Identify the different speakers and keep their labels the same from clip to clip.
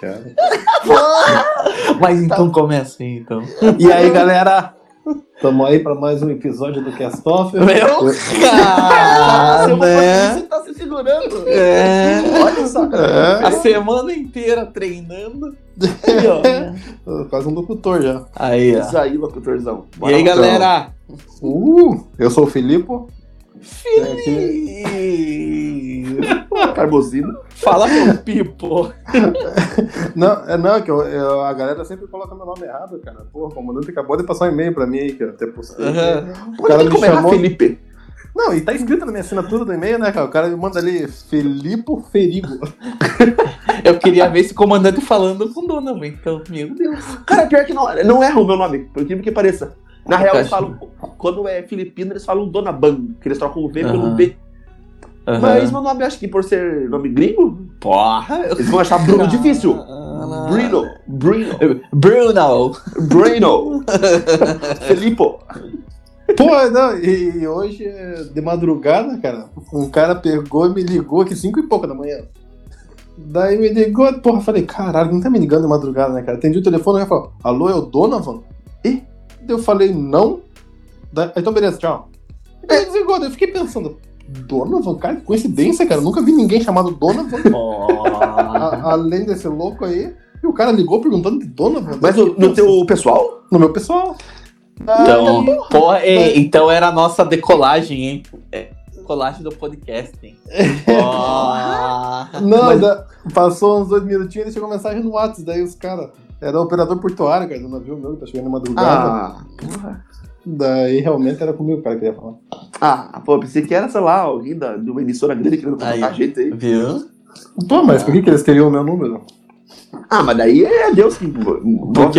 Speaker 1: cara.
Speaker 2: Mas
Speaker 1: Tá.
Speaker 2: então começa aí, então. E aí, galera?
Speaker 1: Tamo aí pra mais um episódio do Cast Off.
Speaker 2: Meu
Speaker 3: Ah,
Speaker 2: cara,
Speaker 3: seu
Speaker 2: né?
Speaker 3: você tá se segurando.
Speaker 2: É.
Speaker 3: Olha só,
Speaker 2: A
Speaker 1: É.
Speaker 3: cara.
Speaker 2: semana inteira treinando.
Speaker 3: Aqui, ó.
Speaker 1: Tô Quase um locutor já.
Speaker 2: Aí, ó.
Speaker 3: Isso aí, locutorzão.
Speaker 2: E aí, galera?
Speaker 1: Uh, eu sou o Filipe. É
Speaker 2: Feliz.
Speaker 3: Carbozino.
Speaker 2: Fala com Pipo.
Speaker 1: Não, é não, que eu, eu- a galera sempre coloca meu nome errado, cara. Porra, o comandante acabou de passar um e-mail pra mim aí, cara. Até postei.
Speaker 2: Aham.
Speaker 1: Uhum. O cara me chamou.
Speaker 3: Felipe.
Speaker 1: Não, e tá escrito na minha assinatura do e-mail, né, cara? O cara me manda ali Filipe Ferigo.
Speaker 2: Eu queria ver esse comandante falando com Donovan, então, meu Deus.
Speaker 3: Cara, pior que não, não erra o meu nome, por incrível que pareça. Na
Speaker 2: Ah,
Speaker 3: real,
Speaker 2: tá
Speaker 3: eles falam, quando é filipino, eles falam Dona Ban, que eles trocam o V
Speaker 2: Aham.
Speaker 3: pelo B.
Speaker 2: Aham.
Speaker 3: Mas meu nome, acho que por ser nome gringo,
Speaker 2: porra, eu
Speaker 3: eles vão achar Bruno difícil.
Speaker 2: Bruno.
Speaker 3: Bruno, Bruno,
Speaker 2: Ah. Bruno.
Speaker 3: Bruno, Filipo.
Speaker 1: Pô, não, e hoje, é de madrugada, cara, um cara pegou e me ligou aqui cinco e pouca da manhã. Daí me ligou, porra, falei, caralho, não tá me ligando de madrugada, né, cara? Atendi o telefone, o cara falou, alô, é o Donovan? E? Daí eu falei, não. Daí, então, beleza, tchau. Daí desligou, daí eu fiquei pensando, Donovan, cara, que coincidência, cara, eu nunca vi ninguém chamado Donovan, a- além desse louco aí. E o cara ligou perguntando de Donovan.
Speaker 3: Mas no, no teu pessoal?
Speaker 1: No meu pessoal.
Speaker 2: Então,
Speaker 1: tá
Speaker 2: porra, é, então era a nossa decolagem, hein? É, decolagem do podcast, hein? Porra.
Speaker 3: Tá.
Speaker 1: Não, da- passou uns dois minutinhos e ele chegou mensagem no WhatsApp, daí os caras. Era o operador portuário, cara, do navio meu, que tá chegando na madrugada.
Speaker 3: Ah, porra.
Speaker 1: Daí realmente era comigo o cara que ia falar.
Speaker 3: Ah, pô, pensei que era, sei lá, alguém da, de uma emissora grande querendo contratar
Speaker 2: Aí.
Speaker 3: gente aí.
Speaker 2: Viu?
Speaker 1: Pô, mas por que, que eles teriam o meu número?
Speaker 3: Ah, mas daí é Deus que move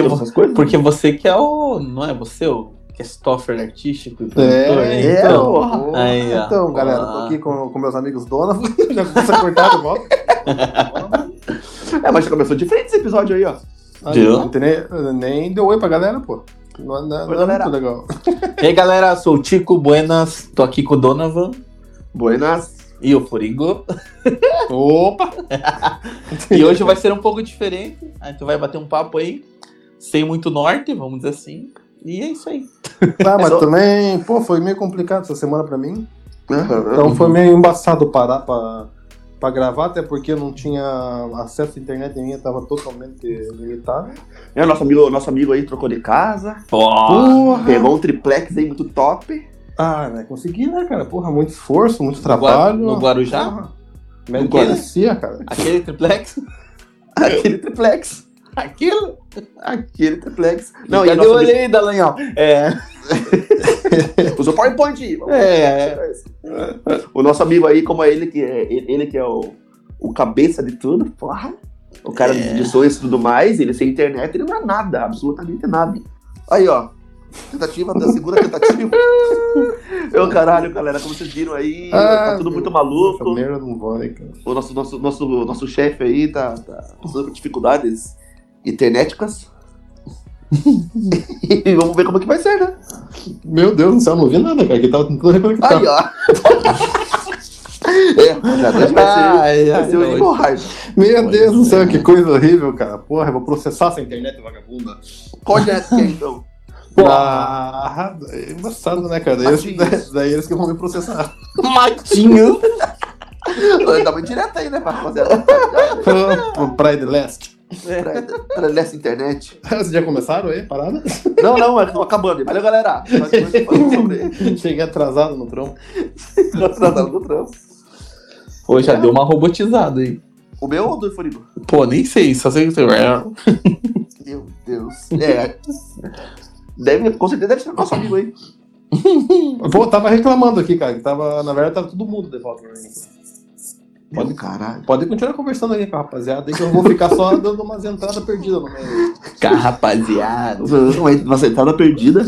Speaker 2: vo-
Speaker 3: essas coisas. né?
Speaker 2: Porque você que é o. Não é você o Christopher artístico e produtor, né?
Speaker 3: é,
Speaker 2: Então,
Speaker 3: porra.
Speaker 2: Aí, ó.
Speaker 1: então galera, tô aqui com, com meus amigos Dona, já começa a cortar de volta.
Speaker 3: É, mas já começou diferente esse episódio aí, ó.
Speaker 2: Deu.
Speaker 1: Não tem nem, nem deu oi pra galera, pô. Não, não, não
Speaker 3: Oi,
Speaker 1: é
Speaker 3: galera.
Speaker 1: muito legal.
Speaker 2: E aí, galera, sou o Tico Buenas, tô aqui com o Donovan
Speaker 3: Buenas.
Speaker 2: e o Furigo.
Speaker 1: Opa!
Speaker 2: E hoje vai ser um pouco diferente. A gente vai bater um papo aí, sem muito norte, vamos dizer assim. E é isso aí.
Speaker 1: Ah, mas
Speaker 3: Só-
Speaker 1: também, pô, foi meio complicado essa semana pra mim.
Speaker 3: Então,
Speaker 2: Uhum.
Speaker 1: Então foi meio embaçado parar pra, pra gravar, até porque eu não tinha acesso à internet minha tava totalmente limitado.
Speaker 3: é, nosso amigo, nosso amigo aí trocou de casa,
Speaker 2: Porra.
Speaker 3: pegou um triplex aí muito top.
Speaker 1: Ah, né? Consegui, né, cara? Porra, muito esforço, muito
Speaker 2: No Gua-
Speaker 1: trabalho.
Speaker 2: No Guarujá?
Speaker 1: Porra,
Speaker 3: No Guarujá.
Speaker 1: merecia, cara.
Speaker 2: Aquele triplex?
Speaker 3: Aquele triplex.
Speaker 2: Aquilo?
Speaker 3: Aquele triplex.
Speaker 2: Não,
Speaker 3: Não,
Speaker 2: e
Speaker 3: e
Speaker 2: cadê o
Speaker 3: nosso
Speaker 2: olho aí, Dallagnol? É.
Speaker 3: amigo, usou PowerPoint. aí, vamos
Speaker 2: É.
Speaker 3: tirar isso. O nosso amigo aí, como é ele que é, ele que é o, o cabeça de tudo, porra. O cara
Speaker 2: É.
Speaker 3: de sonhos e tudo mais, ele sem internet, ele não é nada, absolutamente nada. Aí, ó. Tentativa da segunda tentativa. Meu caralho, galera, como vocês viram aí, tá tudo muito maluco.
Speaker 1: Essa merda não vai, cara.
Speaker 3: O nosso, nosso, nosso, nosso chefe aí tá, tá passando por dificuldades internéticas. e vamos ver como que vai ser, né?
Speaker 1: Meu Deus do céu, não vi nada, cara. Que tava tentando reconectar.
Speaker 3: Aí, ó. é, rapaziada, hoje vai ser,
Speaker 2: Ai,
Speaker 3: vai
Speaker 2: ai,
Speaker 3: ser um o
Speaker 2: hoje.
Speaker 3: hemorragia.
Speaker 1: Meu
Speaker 2: Pois
Speaker 1: Deus do
Speaker 2: é.
Speaker 1: céu, que coisa horrível, cara. Porra, eu vou processar essa internet vagabunda.
Speaker 3: Pode essa, então.
Speaker 2: Porra.
Speaker 1: Ah, é embaçado, né, cara? Daí, eles- daí eles que vão me processar.
Speaker 2: Matinho.
Speaker 3: Dá uma direta aí, né, rapaziada?
Speaker 1: Pro Pride Last.
Speaker 3: Pra, pra nessa internet.
Speaker 1: Vocês já começaram aí, a parada?
Speaker 3: Não, não, é que tô acabando. Valeu, galera. Nós falamos sobre
Speaker 1: Cheguei atrasado no trampo.
Speaker 3: nós tratamos do trampo.
Speaker 2: Pô, já deu uma robotizada aí.
Speaker 3: O meu ou do Furigo?
Speaker 2: Pô, nem sei, só sei que você.
Speaker 3: Meu Deus. É. Deve, com certeza deve ser nosso amigo aí.
Speaker 1: Pô, tava reclamando aqui, cara, que tava, na verdade, tava todo mundo de volta pra mim.
Speaker 3: Pode, caralho.
Speaker 1: Pode continuar conversando aí com a rapaziada, aí que eu vou ficar só dando umas entradas perdidas no meio.
Speaker 2: Cara, rapaziada.
Speaker 3: Uma sentada perdida.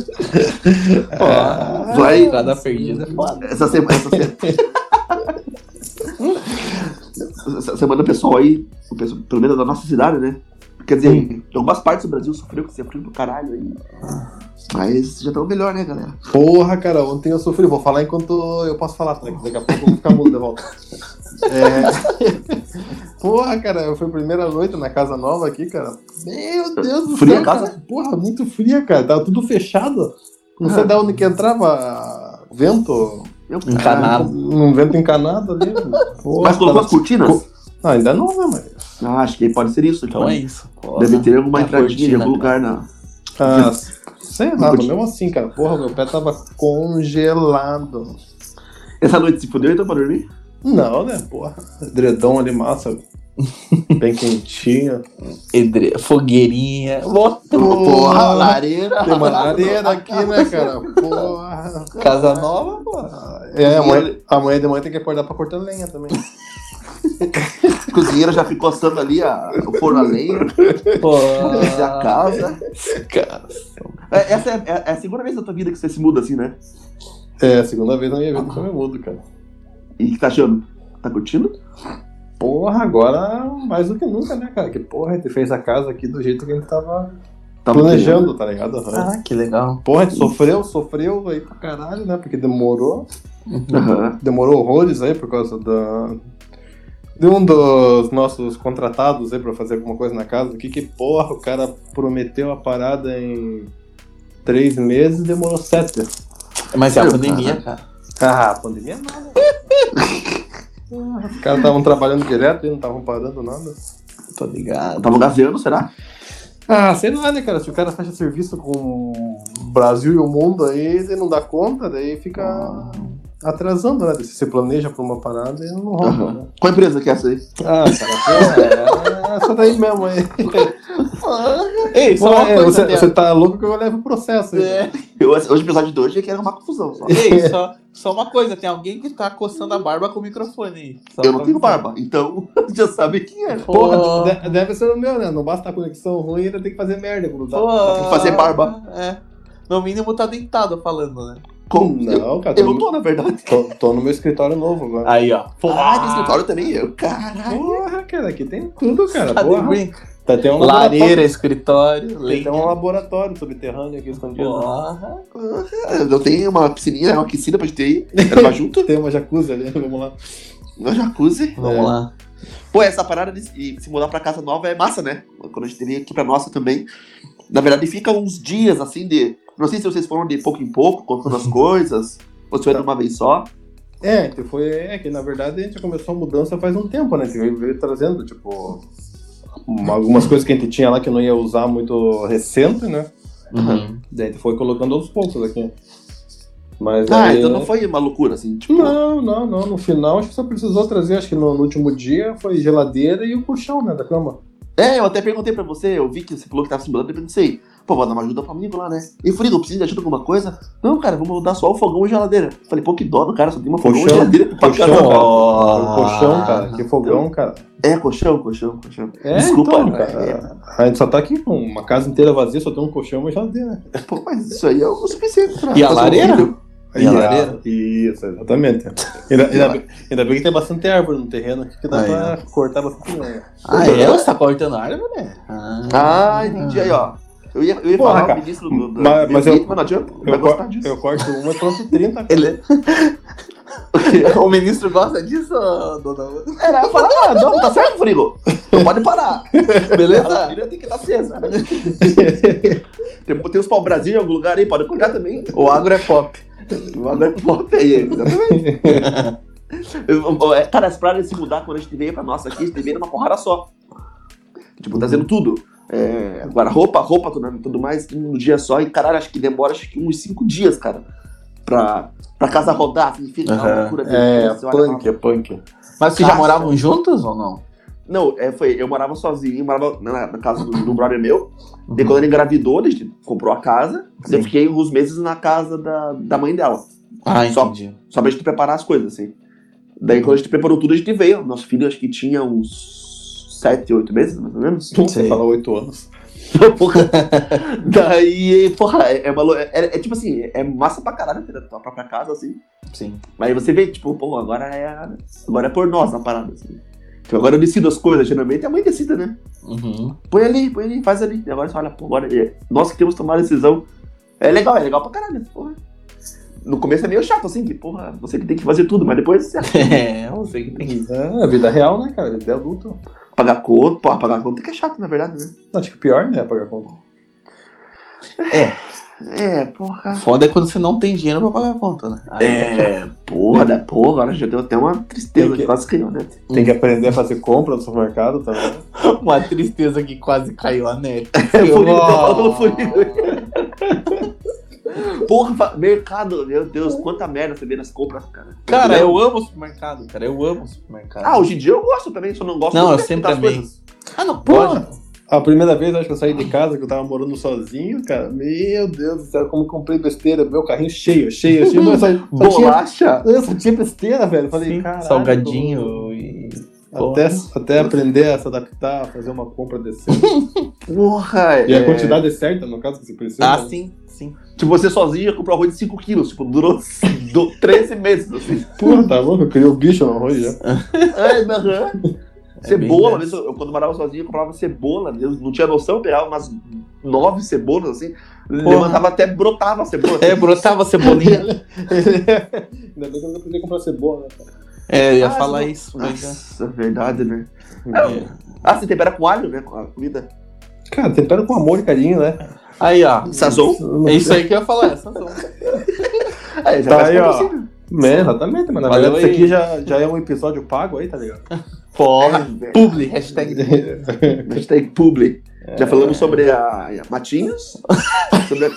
Speaker 1: É.
Speaker 2: Ó,
Speaker 3: vai.
Speaker 2: Entrada perdida. é foda.
Speaker 3: Essa semana. Essa, se- essa semana o pessoal aí, o pessoal- pelo menos da nossa cidade, né? Quer dizer, em algumas partes do Brasil sofreu, que sofreu do caralho aí. Mas já estão melhor, né, galera?
Speaker 1: Porra, cara, ontem eu sofri. Vou falar enquanto eu posso falar, tá? Daqui a pouco eu vou ficar mudo de volta. É... porra, cara, foi a primeira noite na casa nova aqui, cara. Meu Deus do
Speaker 3: Fria
Speaker 1: céu.
Speaker 3: a casa?
Speaker 1: cara. Porra, muito fria, cara. Tava tudo fechado. Não sei
Speaker 3: Ah.
Speaker 1: da onde que entrava vento.
Speaker 3: Meu
Speaker 2: Encanado.
Speaker 3: caralho.
Speaker 1: Um vento encanado ali. mano. Porra,
Speaker 3: Mas colocou
Speaker 1: tava-
Speaker 3: as cortinas?
Speaker 1: Co- Ah, ainda não, né, mas.
Speaker 3: Ah, acho que pode ser isso.
Speaker 2: Então é isso.
Speaker 3: Deve ter alguma
Speaker 2: A
Speaker 3: entradinha em
Speaker 2: cortina,
Speaker 3: algum lugar né? na.
Speaker 1: Ah, sei lá, mas mesmo assim, cara. Porra, meu pé tava congelado.
Speaker 3: Essa noite se fudeu então pra dormir?
Speaker 1: Não, né, porra. Edredom ali, massa. Bem quentinho.
Speaker 2: Edre- Fogueirinha. Bom,
Speaker 3: lareira!
Speaker 1: Tem uma lareira aqui, né, cara? Porra.
Speaker 2: Casa nova, pô.
Speaker 1: É, amanhã, amanhã de manhã tem que acordar pra cortar lenha também.
Speaker 3: A cozinheira já ficou assando ali a, o forno a lenha,
Speaker 2: Pô. Ah.
Speaker 3: a casa.
Speaker 2: Cara.
Speaker 3: É, essa é, é- é a segunda vez da tua vida que você se muda assim, né?
Speaker 1: É, a segunda vez na minha vida que eu me mudo, cara.
Speaker 3: E o que tá achando? Tá curtindo?
Speaker 1: Porra, agora mais do que nunca, né, cara? Que porra, a gente fez a casa aqui do jeito que a gente tava
Speaker 3: Tá
Speaker 1: planejando, tá ligado?
Speaker 2: Ah, que legal.
Speaker 1: Porra, a gente sofreu, sofreu aí pra caralho, né? Porque demorou.
Speaker 3: né? Aham.
Speaker 1: Demorou horrores aí por causa da. De um dos nossos contratados aí pra fazer alguma coisa na casa. Que que porra, o cara prometeu a parada em três meses e demorou sete.
Speaker 2: Mas é a
Speaker 3: Meu,
Speaker 2: pandemia, cara.
Speaker 1: Ah, pandemia nada. Os caras estavam trabalhando direto e não estavam parando nada.
Speaker 2: Tô ligado.
Speaker 3: Tava gaseando, será?
Speaker 1: Ah, sei lá, né, cara? Se o cara fecha serviço com o Brasil e o mundo aí, ele não dá conta, daí fica atrasando, né? Se você planeja pra uma parada e não rola,
Speaker 3: Aham.
Speaker 1: né?
Speaker 3: Qual empresa que é essa aí?
Speaker 1: Ah, cara, é, é só daí mesmo aí.
Speaker 2: Ei, só uma
Speaker 1: É,
Speaker 2: coisa,
Speaker 1: você,
Speaker 2: Bia.
Speaker 1: você tá louco que eu levo o processo aí.
Speaker 2: É.
Speaker 3: Eu, hoje, o episódio de hoje é que era uma confusão só.
Speaker 2: Ei, só, só uma coisa, tem alguém que tá coçando a barba com o microfone aí. Só
Speaker 3: Eu não
Speaker 2: pra-
Speaker 3: tenho barba, então já sabe quem é.
Speaker 1: Porra, de- deve ser o meu, né? Não basta a conexão ruim, ainda tem que fazer merda quando tá.
Speaker 2: Pô.
Speaker 3: Tem que fazer barba.
Speaker 2: É. No mínimo tá deitado falando, né?
Speaker 3: Como? Eu,
Speaker 1: Não, cara, tô,
Speaker 3: eu
Speaker 1: no-
Speaker 3: tô, na verdade.
Speaker 1: tô, tô no meu escritório novo agora.
Speaker 2: Aí, ó.
Speaker 3: Ah, de escritório também eu. Caralho.
Speaker 1: Porra, cara, aqui tem tudo, cara.
Speaker 2: Tá de
Speaker 1: Porra.
Speaker 2: brinca.
Speaker 1: Tá até um
Speaker 2: Lareira, escritório,
Speaker 1: laboratório. Tem até
Speaker 2: lenha.
Speaker 1: um laboratório subterrâneo aqui escondido.
Speaker 2: Porra.
Speaker 3: Eu tenho uma piscininha, né, uma piscina pra gente ter aí. Era pra junto.
Speaker 1: Tem uma jacuzzi ali, vamos lá.
Speaker 3: Uma jacuzzi.
Speaker 2: Vamos
Speaker 1: É.
Speaker 2: lá.
Speaker 3: Pô, essa parada de se- se mudar pra casa nova é massa, né? Quando a gente veio aqui pra nossa também. Na verdade, fica uns dias assim de. Não sei se vocês foram de pouco em pouco, contando as coisas. Ou se foi de uma vez só.
Speaker 1: É, a gente foi. É que na verdade a gente começou a mudança faz um tempo, né? A gente veio, veio trazendo, tipo. uma- algumas coisas que a gente tinha lá que não ia usar muito recente, né?
Speaker 2: Uhum.
Speaker 1: Daí a gente foi colocando aos poucos aqui. Mas
Speaker 3: Ah,
Speaker 1: aí-
Speaker 3: então não foi uma loucura, assim. Tipo,
Speaker 1: Não, não, não. No final acho que só precisou trazer, acho que no, no último dia foi geladeira e o colchão, né, da cama.
Speaker 3: É, eu até perguntei pra você, eu vi que você falou que tava se mudando, eu pensei, pô, vou dar uma ajuda pro amigo lá, né? E eu falei, não precisa de ajuda com alguma coisa? Não, cara, vamos mudar só o fogão e a geladeira. Eu falei, pô, que dó do cara, só tem uma fogão e
Speaker 1: Colchão.
Speaker 3: geladeira pra
Speaker 1: Colchão,
Speaker 3: casa.
Speaker 1: cara.
Speaker 2: Oh.
Speaker 1: O colchão, cara. Que fogão, cara.
Speaker 3: É, colchão, colchão, colchão.
Speaker 1: É,
Speaker 3: Desculpa, né?
Speaker 1: então,
Speaker 3: cara.
Speaker 1: cara. A gente só tá aqui com uma casa inteira vazia, só tem um colchão e uma geladeira.
Speaker 3: Pô, mas isso aí é o suficiente pra
Speaker 2: E a
Speaker 3: fazer um
Speaker 2: lareira?
Speaker 3: filho.
Speaker 2: E a lareira?
Speaker 1: é Isso, exatamente. Ainda, ainda bem- ainda bem que tem bastante árvore no terreno aqui, que dá
Speaker 2: Aí,
Speaker 1: pra cortar bastante lenha.
Speaker 2: Ah, é? Você tá cortando árvore, né?
Speaker 3: Ah, entendi aí, ó. Eu ia, eu ia
Speaker 1: Porra,
Speaker 3: falar
Speaker 1: cara.
Speaker 3: o ministro do, do
Speaker 1: Mas-
Speaker 3: do
Speaker 1: mas
Speaker 3: ambiente,
Speaker 1: eu-
Speaker 3: mas não adianta, vai
Speaker 1: Eu,
Speaker 3: gostar
Speaker 1: cor-
Speaker 3: disso.
Speaker 1: eu corto uma e planto 30. cara.
Speaker 2: Ele... o ministro gosta disso, dona? Então
Speaker 3: Era, eu falei, ah, não, tá certo, Frigo. Não pode parar. Beleza? A filha tem que estar acesa. tem, tem os pau-brasil em algum lugar aí, pode cortar também.
Speaker 2: O agro é pop.
Speaker 3: O agro é pop aí, exatamente. Eu- eu- é, Cara, as praias se mudar quando a gente veio pra nossa aqui, a gente veio numa porrada só. Tipo, trazendo tudo. É, agora, roupa, roupa, tudo, né, tudo mais, tudo num dia só. E caralho, acho que demora acho que uns cinco dias, cara. Pra, pra casa rodar, assim, fica
Speaker 2: Aham.
Speaker 3: uma loucura.
Speaker 1: É,
Speaker 3: Você olha e fala,
Speaker 1: punk, é punk.
Speaker 2: Mas vocês já
Speaker 3: Caixa.
Speaker 2: moravam juntos ou não?
Speaker 3: Não, é, foi, eu morava sozinho, morava na, na casa do, do brother meu. Daí quando ele engravidou, a gente comprou a casa.
Speaker 2: Sim.
Speaker 3: Eu fiquei uns meses na casa da, da mãe dela.
Speaker 2: Ah,
Speaker 3: Só-
Speaker 2: entendi.
Speaker 3: Só pra gente preparar as coisas, assim. Daí quando a gente preparou tudo, a gente veio. Nosso filho acho que tinha uns sete, oito meses, mais ou menos.
Speaker 1: Você
Speaker 2: Sei.
Speaker 1: fala 8 anos.
Speaker 3: Porra. Daí, porra, é, é, uma lou- é- é tipo assim, é massa pra caralho ter a tua própria casa, assim.
Speaker 2: Sim.
Speaker 3: Mas aí você vê, tipo, pô, agora é, a- agora é por nós na parada, assim. Tipo, agora eu decido as coisas, geralmente a mãe decida, né?
Speaker 2: Uhum.
Speaker 3: põe ali, põe ali, faz ali. E agora você olha, pô, agora é- nós que temos que tomar a decisão. É legal, é legal pra caralho. Porra. no começo é meio chato, assim, que, porra, você que tem que fazer tudo, mas depois você
Speaker 2: É, eu sei que tem que.
Speaker 1: É, a vida real, né, cara? Vida adulta.
Speaker 3: pagar conta, porra, pagar conta que é chato, na verdade, né?
Speaker 1: Acho que o pior, né, é pagar conta.
Speaker 3: É, porra.
Speaker 2: Foda é quando você não tem dinheiro pra pagar a conta, né? Aí
Speaker 3: É, porra da porra, agora já deu até uma tristeza
Speaker 1: Tem que-
Speaker 3: que quase caiu, né?
Speaker 1: Tem que aprender a fazer compra no supermercado também.
Speaker 2: Uma tristeza que quase caiu a neve.
Speaker 3: É,
Speaker 2: Eu-
Speaker 3: Furido,
Speaker 2: Ó.
Speaker 3: falou Furido. Porra, fa- mercado, meu Deus, quanta merda você vê nas compras, cara.
Speaker 2: Cara, eu amo supermercado, cara. Eu amo supermercado.
Speaker 3: Ah, hoje em dia eu gosto também, só não gosto
Speaker 2: Não,
Speaker 3: do
Speaker 2: eu
Speaker 3: preço
Speaker 2: sempre
Speaker 3: das
Speaker 2: amei.
Speaker 3: coisas.
Speaker 2: Ah, não,
Speaker 1: Porra!
Speaker 2: pode.
Speaker 1: A primeira vez acho que eu saí de casa, que eu tava morando sozinho, cara. Meu Deus do céu, como eu comprei besteira. Meu carrinho cheio, cheio, cheio. mas só, só tinha,
Speaker 3: Bolacha.
Speaker 1: eu só tinha besteira, velho. Eu Falei,
Speaker 2: Sim,
Speaker 1: caralho.
Speaker 2: salgadinho e.
Speaker 1: Até, até aprender a se adaptar, a fazer uma compra decente.
Speaker 3: Porra,
Speaker 1: E a
Speaker 3: é-
Speaker 1: quantidade é certa, no caso, que você precisa.
Speaker 2: Ah,
Speaker 1: né?
Speaker 2: sim, sim.
Speaker 3: Tipo, você sozinho ia comprar arroz de 5 quilos, tipo, durou do- 13 meses, assim.
Speaker 1: Porra, tá louco? Eu criei o bicho no arroz já.
Speaker 3: Ai, aham.
Speaker 2: É bem
Speaker 3: Cebola,
Speaker 2: dessa.
Speaker 3: mesmo, eu, quando morava sozinho, eu comprava cebola, eu não tinha noção, eu pegava umas nove cebolas, assim, levantava até, brotava a cebola. assim.
Speaker 2: É, brotava cebolinha.
Speaker 1: Ainda bem que eu não aprendi a comprar cebola, né, cara?
Speaker 2: É, eu ia
Speaker 3: Ah,
Speaker 2: falar
Speaker 3: cebola.
Speaker 2: isso, mas. é.
Speaker 3: Nossa, verdade, né? Ah, você tempera com alho, né? Com a comida.
Speaker 1: Cara, tempero com amor e carinho, né?
Speaker 2: Aí, ó.
Speaker 3: Sazon.
Speaker 2: É isso aí que eu ia falar, essa zona.
Speaker 3: Aí, é, já
Speaker 1: Tá
Speaker 3: faz
Speaker 1: aí,
Speaker 3: pra
Speaker 1: ó.
Speaker 3: você, né?
Speaker 1: É, exatamente, mas na
Speaker 2: Valeu
Speaker 1: verdade isso
Speaker 2: aí.
Speaker 1: aqui já, já é um episódio pago aí, tá ligado?
Speaker 2: Porra.
Speaker 3: velho.
Speaker 2: Publi, hashtag.
Speaker 3: Hashtag publi.
Speaker 2: É.
Speaker 3: Já falamos sobre a a Matinhos, sobre a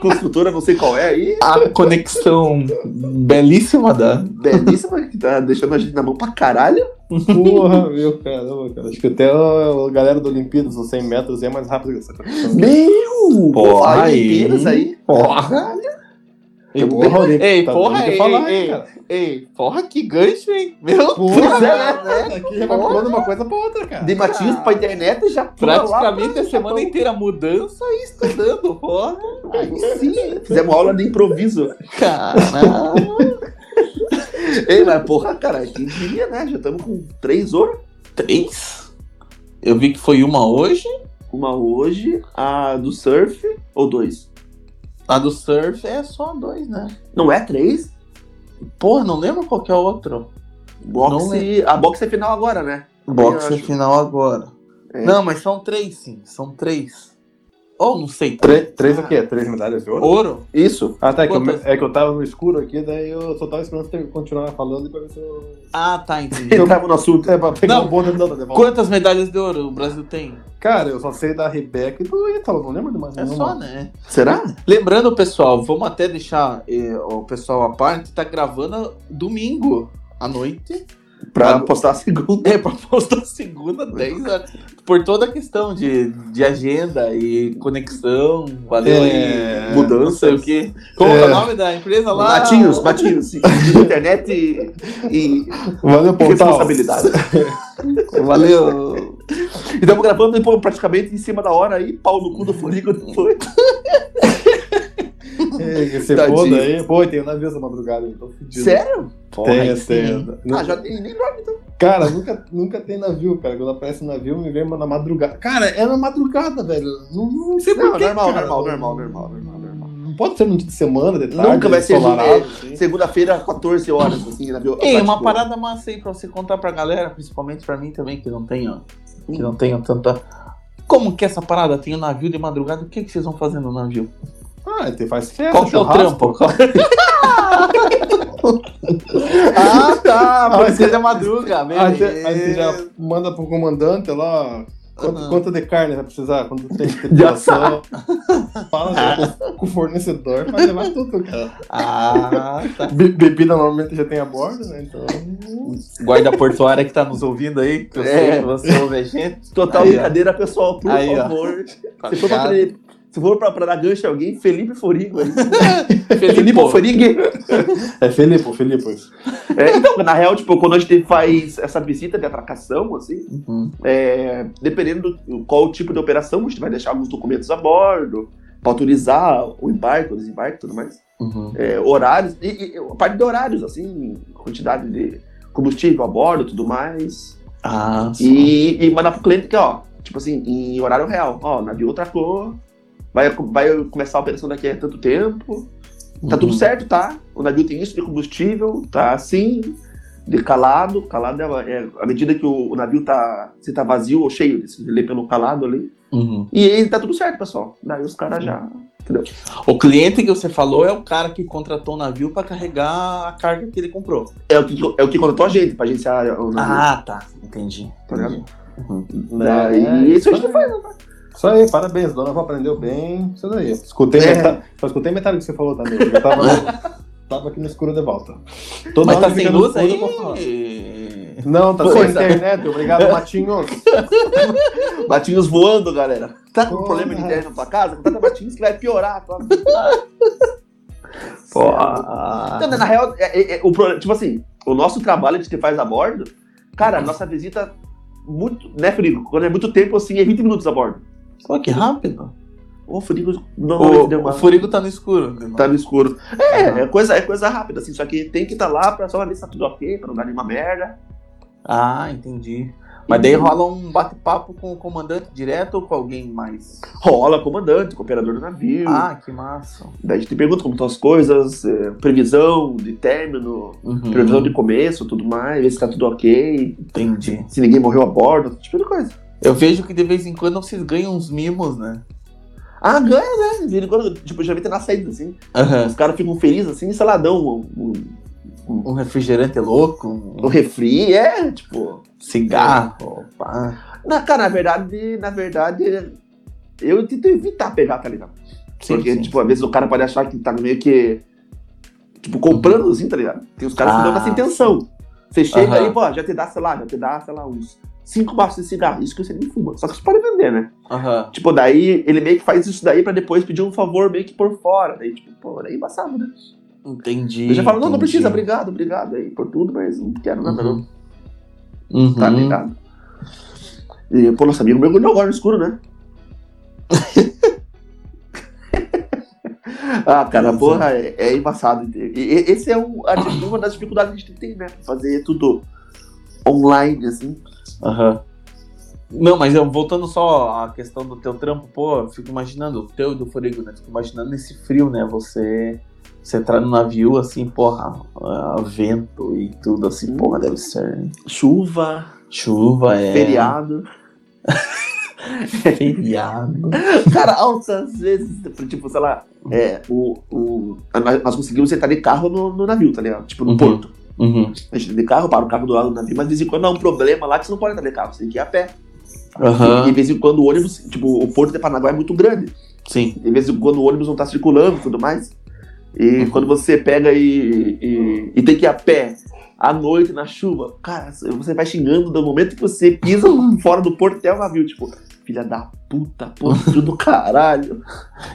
Speaker 3: construtora, não sei qual é aí.
Speaker 2: A conexão belíssima da.
Speaker 3: Belíssima, que tá deixando a gente na mão pra caralho.
Speaker 1: Porra, meu caramba, cara. Acho que até a galera do Olimpíadas, os 100 metros, é mais rápido que essa coisa.
Speaker 3: Meu!
Speaker 2: Porra,
Speaker 3: Porra,
Speaker 2: aí.
Speaker 3: aí. aí.
Speaker 2: Porra!
Speaker 1: Ei,
Speaker 3: porra,
Speaker 2: ei,
Speaker 1: tá
Speaker 2: porra,
Speaker 1: doido de
Speaker 2: ei,
Speaker 1: falar,
Speaker 2: ei,
Speaker 1: hein, cara.
Speaker 2: Ei, porra, que gancho, hein? Meu
Speaker 1: Porra,
Speaker 2: Deus!
Speaker 1: né? Aqui já vai
Speaker 2: Porra.
Speaker 1: pulando uma coisa pra outra, cara.
Speaker 3: De Matinhos pra internet já pula lá.
Speaker 2: Ah. Praticamente a semana inteira mudança e estudando, porra. Aí sim, hein?
Speaker 3: Fizemos aula de improviso.
Speaker 2: Caralho.
Speaker 3: Ei, mas porra, cara, quem diria, né? Já estamos com três horas.
Speaker 2: Três? Eu vi que foi uma hoje.
Speaker 3: Uma hoje, a do surf, ou dois?
Speaker 2: A do surf é só dois, né?
Speaker 3: Não é três?
Speaker 2: Porra, não lembro qual que é o outro. Não
Speaker 3: Boxe, a boxe é final agora, né?
Speaker 2: Boxe
Speaker 3: Eu
Speaker 2: é
Speaker 3: acho.
Speaker 2: final agora.
Speaker 3: É.
Speaker 2: Não, mas são três, sim. São três. Ou não sei.
Speaker 1: Três, três o quê? Três medalhas de ouro?
Speaker 2: Ouro?
Speaker 3: Isso.
Speaker 1: Ah, tá. É que, eu,
Speaker 2: Quantas?
Speaker 1: é que eu tava no escuro aqui, daí eu só tava esperando você continuar falando e pra ver se eu.
Speaker 2: Ah, tá, entendi.
Speaker 3: Ele tava no assunto.
Speaker 1: É, pra pegar
Speaker 2: Não.
Speaker 1: um bonde não, tá de volta.
Speaker 2: Quantas medalhas de ouro o Brasil tem?
Speaker 1: Cara, eu só sei da Rebeca e do Ítalo, não lembro de mais
Speaker 2: É
Speaker 1: nenhuma.
Speaker 2: só, né?
Speaker 3: Será?
Speaker 2: Lembrando, pessoal, vamos até deixar eh, o pessoal à parte, tá gravando domingo à noite.
Speaker 3: Pra postar a segunda.
Speaker 2: É, pra postar segunda, 10 horas. Por toda a questão de, de agenda e conexão, valeu
Speaker 1: É,
Speaker 2: aí, mudança, não sei o quê. Como é.
Speaker 1: É.
Speaker 2: o nome da empresa lá?
Speaker 3: Matinhos, Matinhos. Internet e, e
Speaker 1: Valeu, Pontal.
Speaker 3: responsabilidade.
Speaker 2: Valeu.
Speaker 3: E estamos gravando pô, praticamente em cima da hora aí, pau no cu do Florico depois.
Speaker 1: É, que Se
Speaker 3: Tadinho.
Speaker 1: foda aí. Pô, tem nada a ver essa madrugada, eu tô fudido.
Speaker 3: Sério?
Speaker 1: Tem,
Speaker 2: sim.
Speaker 1: tem. Não-
Speaker 3: é Ah, já tem nem
Speaker 1: Cara, nunca, nunca tem navio, cara. Quando aparece um navio, me vem na madrugada. Cara, é na madrugada, velho. Não, não sei
Speaker 3: Não,
Speaker 1: por quê,
Speaker 3: normal,
Speaker 1: cara.
Speaker 3: normal, normal, normal, normal, normal.
Speaker 1: Não pode ser no dia de semana, de tarde,
Speaker 3: Nunca vai ser
Speaker 1: ensolarado, assim.
Speaker 3: Segunda-feira, 14 horas, assim, na viu?
Speaker 2: Ei, uma
Speaker 3: Tipo,
Speaker 2: parada massa aí pra você contar pra galera, principalmente pra mim também, que não tenho, que não tenho tanta... Como que é essa parada? Tem um navio de madrugada, o que, que vocês vão fazer no navio?
Speaker 1: Ah, tem, faz festa,
Speaker 2: Qual que é o
Speaker 1: churrasco.
Speaker 2: trampo? Qual- ah, tá, por isso que é da madruga,
Speaker 1: Aí você,
Speaker 2: beleza.
Speaker 1: aí você já manda pro comandante lá. Quanto,
Speaker 2: Aham.
Speaker 1: quanto de carne vai precisar? Quanto tem que ter
Speaker 3: Já
Speaker 1: doação? Fala com, com o fornecedor pra levar tudo, cara.
Speaker 2: Ah, tá.
Speaker 1: Be- bebida normalmente já tem a bordo, né? Então.
Speaker 2: Guarda portuária que tá nos ouvindo aí, que eu sei
Speaker 3: É.
Speaker 2: que você ouve a gente.
Speaker 3: Total
Speaker 2: Aí, ó.
Speaker 3: brincadeira, pessoal, por
Speaker 2: Aí, ó.
Speaker 3: favor.
Speaker 2: Tá
Speaker 3: Se for, pra,
Speaker 2: ligado?
Speaker 3: se for pra, pra dar gancho a alguém, Felipe Forigo. aí.
Speaker 2: Felipe, pô,
Speaker 3: Forigo.
Speaker 1: É Felipe, Felipe.
Speaker 3: É, então, na real, tipo, quando a gente faz essa visita de atracação, assim,
Speaker 2: Uhum.
Speaker 3: é, dependendo do qual tipo de operação, a gente vai deixar alguns documentos a bordo, pra autorizar o embarque, o desembarque e tudo mais.
Speaker 2: Uhum.
Speaker 3: É, horários, e, e a parte de horários, assim, quantidade de combustível a bordo tudo mais.
Speaker 2: Ah,
Speaker 3: E, e mandar pro cliente que, ó, tipo assim, em horário real, ó, navio outra cor, vai, vai começar a operação daqui a tanto tempo, Tá
Speaker 2: Uhum.
Speaker 3: tudo certo, tá? O navio tem isso de combustível, tá assim, de calado. Calado é, a- é a medida que o, o navio tá, se tá vazio ou cheio, ele se lê pelo calado ali.
Speaker 2: Uhum.
Speaker 3: E aí tá tudo certo, pessoal. Daí os caras já.
Speaker 2: O cliente que você falou é o cara que contratou o navio pra carregar a carga que ele comprou.
Speaker 3: É o que, é o que contratou a gente, pra agenciar o navio.
Speaker 2: Ah, tá. Entendi.
Speaker 3: Tá ligado?
Speaker 2: Uhum.
Speaker 1: Né,
Speaker 3: Daí, isso a gente não faz, não.
Speaker 1: é
Speaker 2: né?
Speaker 1: Isso aí, parabéns, dona Vó aprendeu bem. Isso daí. Escutei
Speaker 3: É.
Speaker 1: metade, só escutei metade do que você falou também. Eu tava, tava aqui no escuro de volta. Toda
Speaker 2: Mas
Speaker 1: hora
Speaker 2: tá
Speaker 1: que
Speaker 2: sem
Speaker 1: fica no
Speaker 2: luz
Speaker 1: escuro,
Speaker 2: aí?
Speaker 1: eu posso falar. Não, tá sem
Speaker 3: Pois é.
Speaker 1: internet. Obrigado, Matinhos.
Speaker 3: Batinhos voando, galera. Tá com
Speaker 1: Porra.
Speaker 3: problema de internet na tua casa? Contrata batinhos que vai piorar tá? a tua vida. Porra. Então,
Speaker 2: Porra.
Speaker 3: na real, é- é- é o problema, tipo assim, o nosso trabalho que a gente faz a bordo, cara, a nossa visita, muito, né, Furico? Quando é muito tempo, assim, é 20 minutos a bordo.
Speaker 2: Pô, que rápido.
Speaker 3: Ô, Furico,
Speaker 2: O,
Speaker 3: não deu
Speaker 2: o
Speaker 3: uma...
Speaker 2: furigo tá né? no escuro. Ah,
Speaker 3: Tá no escuro. É, é coisa, é coisa rápida, assim, só que tem que estar lá pra só ver se tá tudo ok, pra não dar nenhuma merda.
Speaker 2: Ah, entendi. Mas daí rola um bate-papo com o comandante direto ou com alguém mais?
Speaker 3: Rola comandante, com o operador do navio.
Speaker 2: Ah, que massa.
Speaker 3: Daí a gente pergunta como estão as coisas, é, previsão de término,
Speaker 2: Uhum.
Speaker 3: previsão de começo, tudo mais, ver se tá tudo ok,
Speaker 2: Entendi.
Speaker 3: se ninguém morreu a bordo, esse tipo de coisa.
Speaker 2: Eu vejo que de vez em quando vocês ganham uns mimos, né?
Speaker 3: Ah, ganha, né? De vez em quando, tipo, já vi ter na saída, assim.
Speaker 2: Aham.
Speaker 3: Os caras ficam felizes, assim, sei lá, dão um, um-
Speaker 2: Um refrigerante louco,
Speaker 3: um
Speaker 2: um
Speaker 3: refri, é, tipo...
Speaker 2: cigarro, pá.
Speaker 3: Na, cara, na verdade, na verdade, eu tento evitar pegar, tá ligado?
Speaker 2: Sim,
Speaker 3: Porque,
Speaker 2: sim.
Speaker 3: tipo, às vezes o cara pode achar que tá meio que, tipo, comprando, assim, tá ligado? Tem os caras que
Speaker 2: Ah,
Speaker 3: dão essa intenção. Você chega
Speaker 2: Aham.
Speaker 3: aí, pô, já te dá, sei lá, já te dá, sei lá, uns cinco maços de cigarro, isso que você nem fuma. Só que você pode vender, né?
Speaker 2: Aham.
Speaker 3: Tipo, daí ele meio que faz isso daí pra depois pedir um favor meio que por fora. Daí, tipo, pô, daí embaçado, né?
Speaker 2: Entendi.
Speaker 3: Eu já falo, não, não
Speaker 2: entendi.
Speaker 3: precisa, obrigado, obrigado aí por tudo, mas não quero nada, não.
Speaker 2: Uhum. Uhum.
Speaker 3: Tá ligado? E, pô, nosso amigo mergulhou agora no escuro, né? ah, cara, porra, é, é embaçado. E- e- Esse é um, a gente- uma das dificuldades que a gente tem, né? Fazer tudo online, assim.
Speaker 2: Aham. Não, mas eu, voltando só à questão do teu trampo, pô, eu fico imaginando, o teu e do Forigo, né? Fico imaginando nesse frio, né? Você, você entrar no navio, assim, porra, ah, vento e tudo, assim, porra, deve ser.
Speaker 3: Chuva,
Speaker 2: Chuva, é.
Speaker 3: feriado.
Speaker 2: Feriado.
Speaker 3: Cara, altas vezes, tipo, sei lá, é, o, o, a- nós conseguimos sentar de carro no, no navio, tá ligado? Tipo, no
Speaker 2: Uhum.
Speaker 3: porto.
Speaker 2: Uhum.
Speaker 3: A gente tá de carro, para o carro do lado do navio, mas de vez em quando há um problema lá que você não pode entrar de carro, você tem que ir a pé. E
Speaker 2: Aham.
Speaker 3: de vez em quando o ônibus, tipo, o porto de Paranaguá é muito grande.
Speaker 2: Sim.
Speaker 3: De vez em quando o ônibus não tá circulando e tudo mais. E
Speaker 2: Uhum.
Speaker 3: quando você pega e, e, e tem que ir a pé à noite na chuva, cara, você vai xingando do momento que você pisa fora do porto até o navio, tipo, filha da puta, porra, do caralho.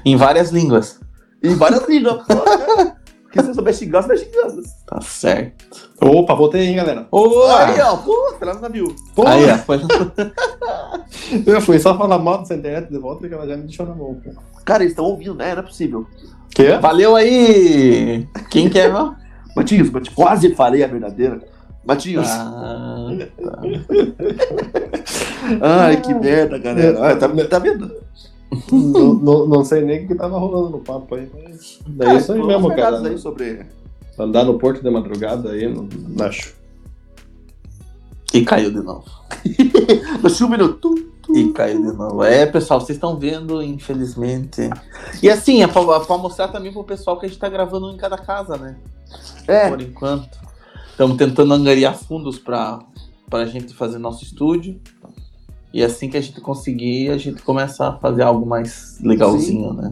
Speaker 2: Em várias línguas.
Speaker 3: Em várias línguas. pô. Porque se você souber xingar, você vai xingando.
Speaker 2: Tá certo.
Speaker 1: Opa, voltei, hein, galera.
Speaker 3: Aí,
Speaker 2: Olha!
Speaker 3: ó, pô, tá lá no navio.
Speaker 1: Porra,
Speaker 2: Aí, ó, foi-
Speaker 1: eu fui só falar mal dessa internet de volta que ela já me deixou na mão. cara.
Speaker 3: Cara, eles estão ouvindo, né? Não é possível.
Speaker 1: Quê?
Speaker 2: Valeu aí! Quem é, quer, não?
Speaker 3: Matinhos, mas quase falei a verdadeira. Matinhos.
Speaker 2: Ah,
Speaker 3: Ai, que merda, galera. Ai, tá, tá vendo?
Speaker 1: não, não- não sei nem o que tava rolando no papo aí, mas.
Speaker 2: Ah,
Speaker 1: É isso aí
Speaker 3: Foram
Speaker 1: mesmo,
Speaker 3: umas
Speaker 1: cara.
Speaker 3: pegadas Aí sobre...
Speaker 1: Andar no porto de madrugada aí, não, não acho.
Speaker 2: e caiu de novo.
Speaker 3: No chuva no tum, tum.
Speaker 2: E caiu de novo. É, pessoal, vocês estão vendo, infelizmente. E assim, é pra, é pra mostrar também pro pessoal que a gente tá gravando um em cada casa, né?
Speaker 3: É,
Speaker 2: Por enquanto. Estamos tentando angariar fundos pra, pra gente fazer nosso estúdio. E assim que a gente conseguir, a gente começa a fazer algo mais legalzinho, né?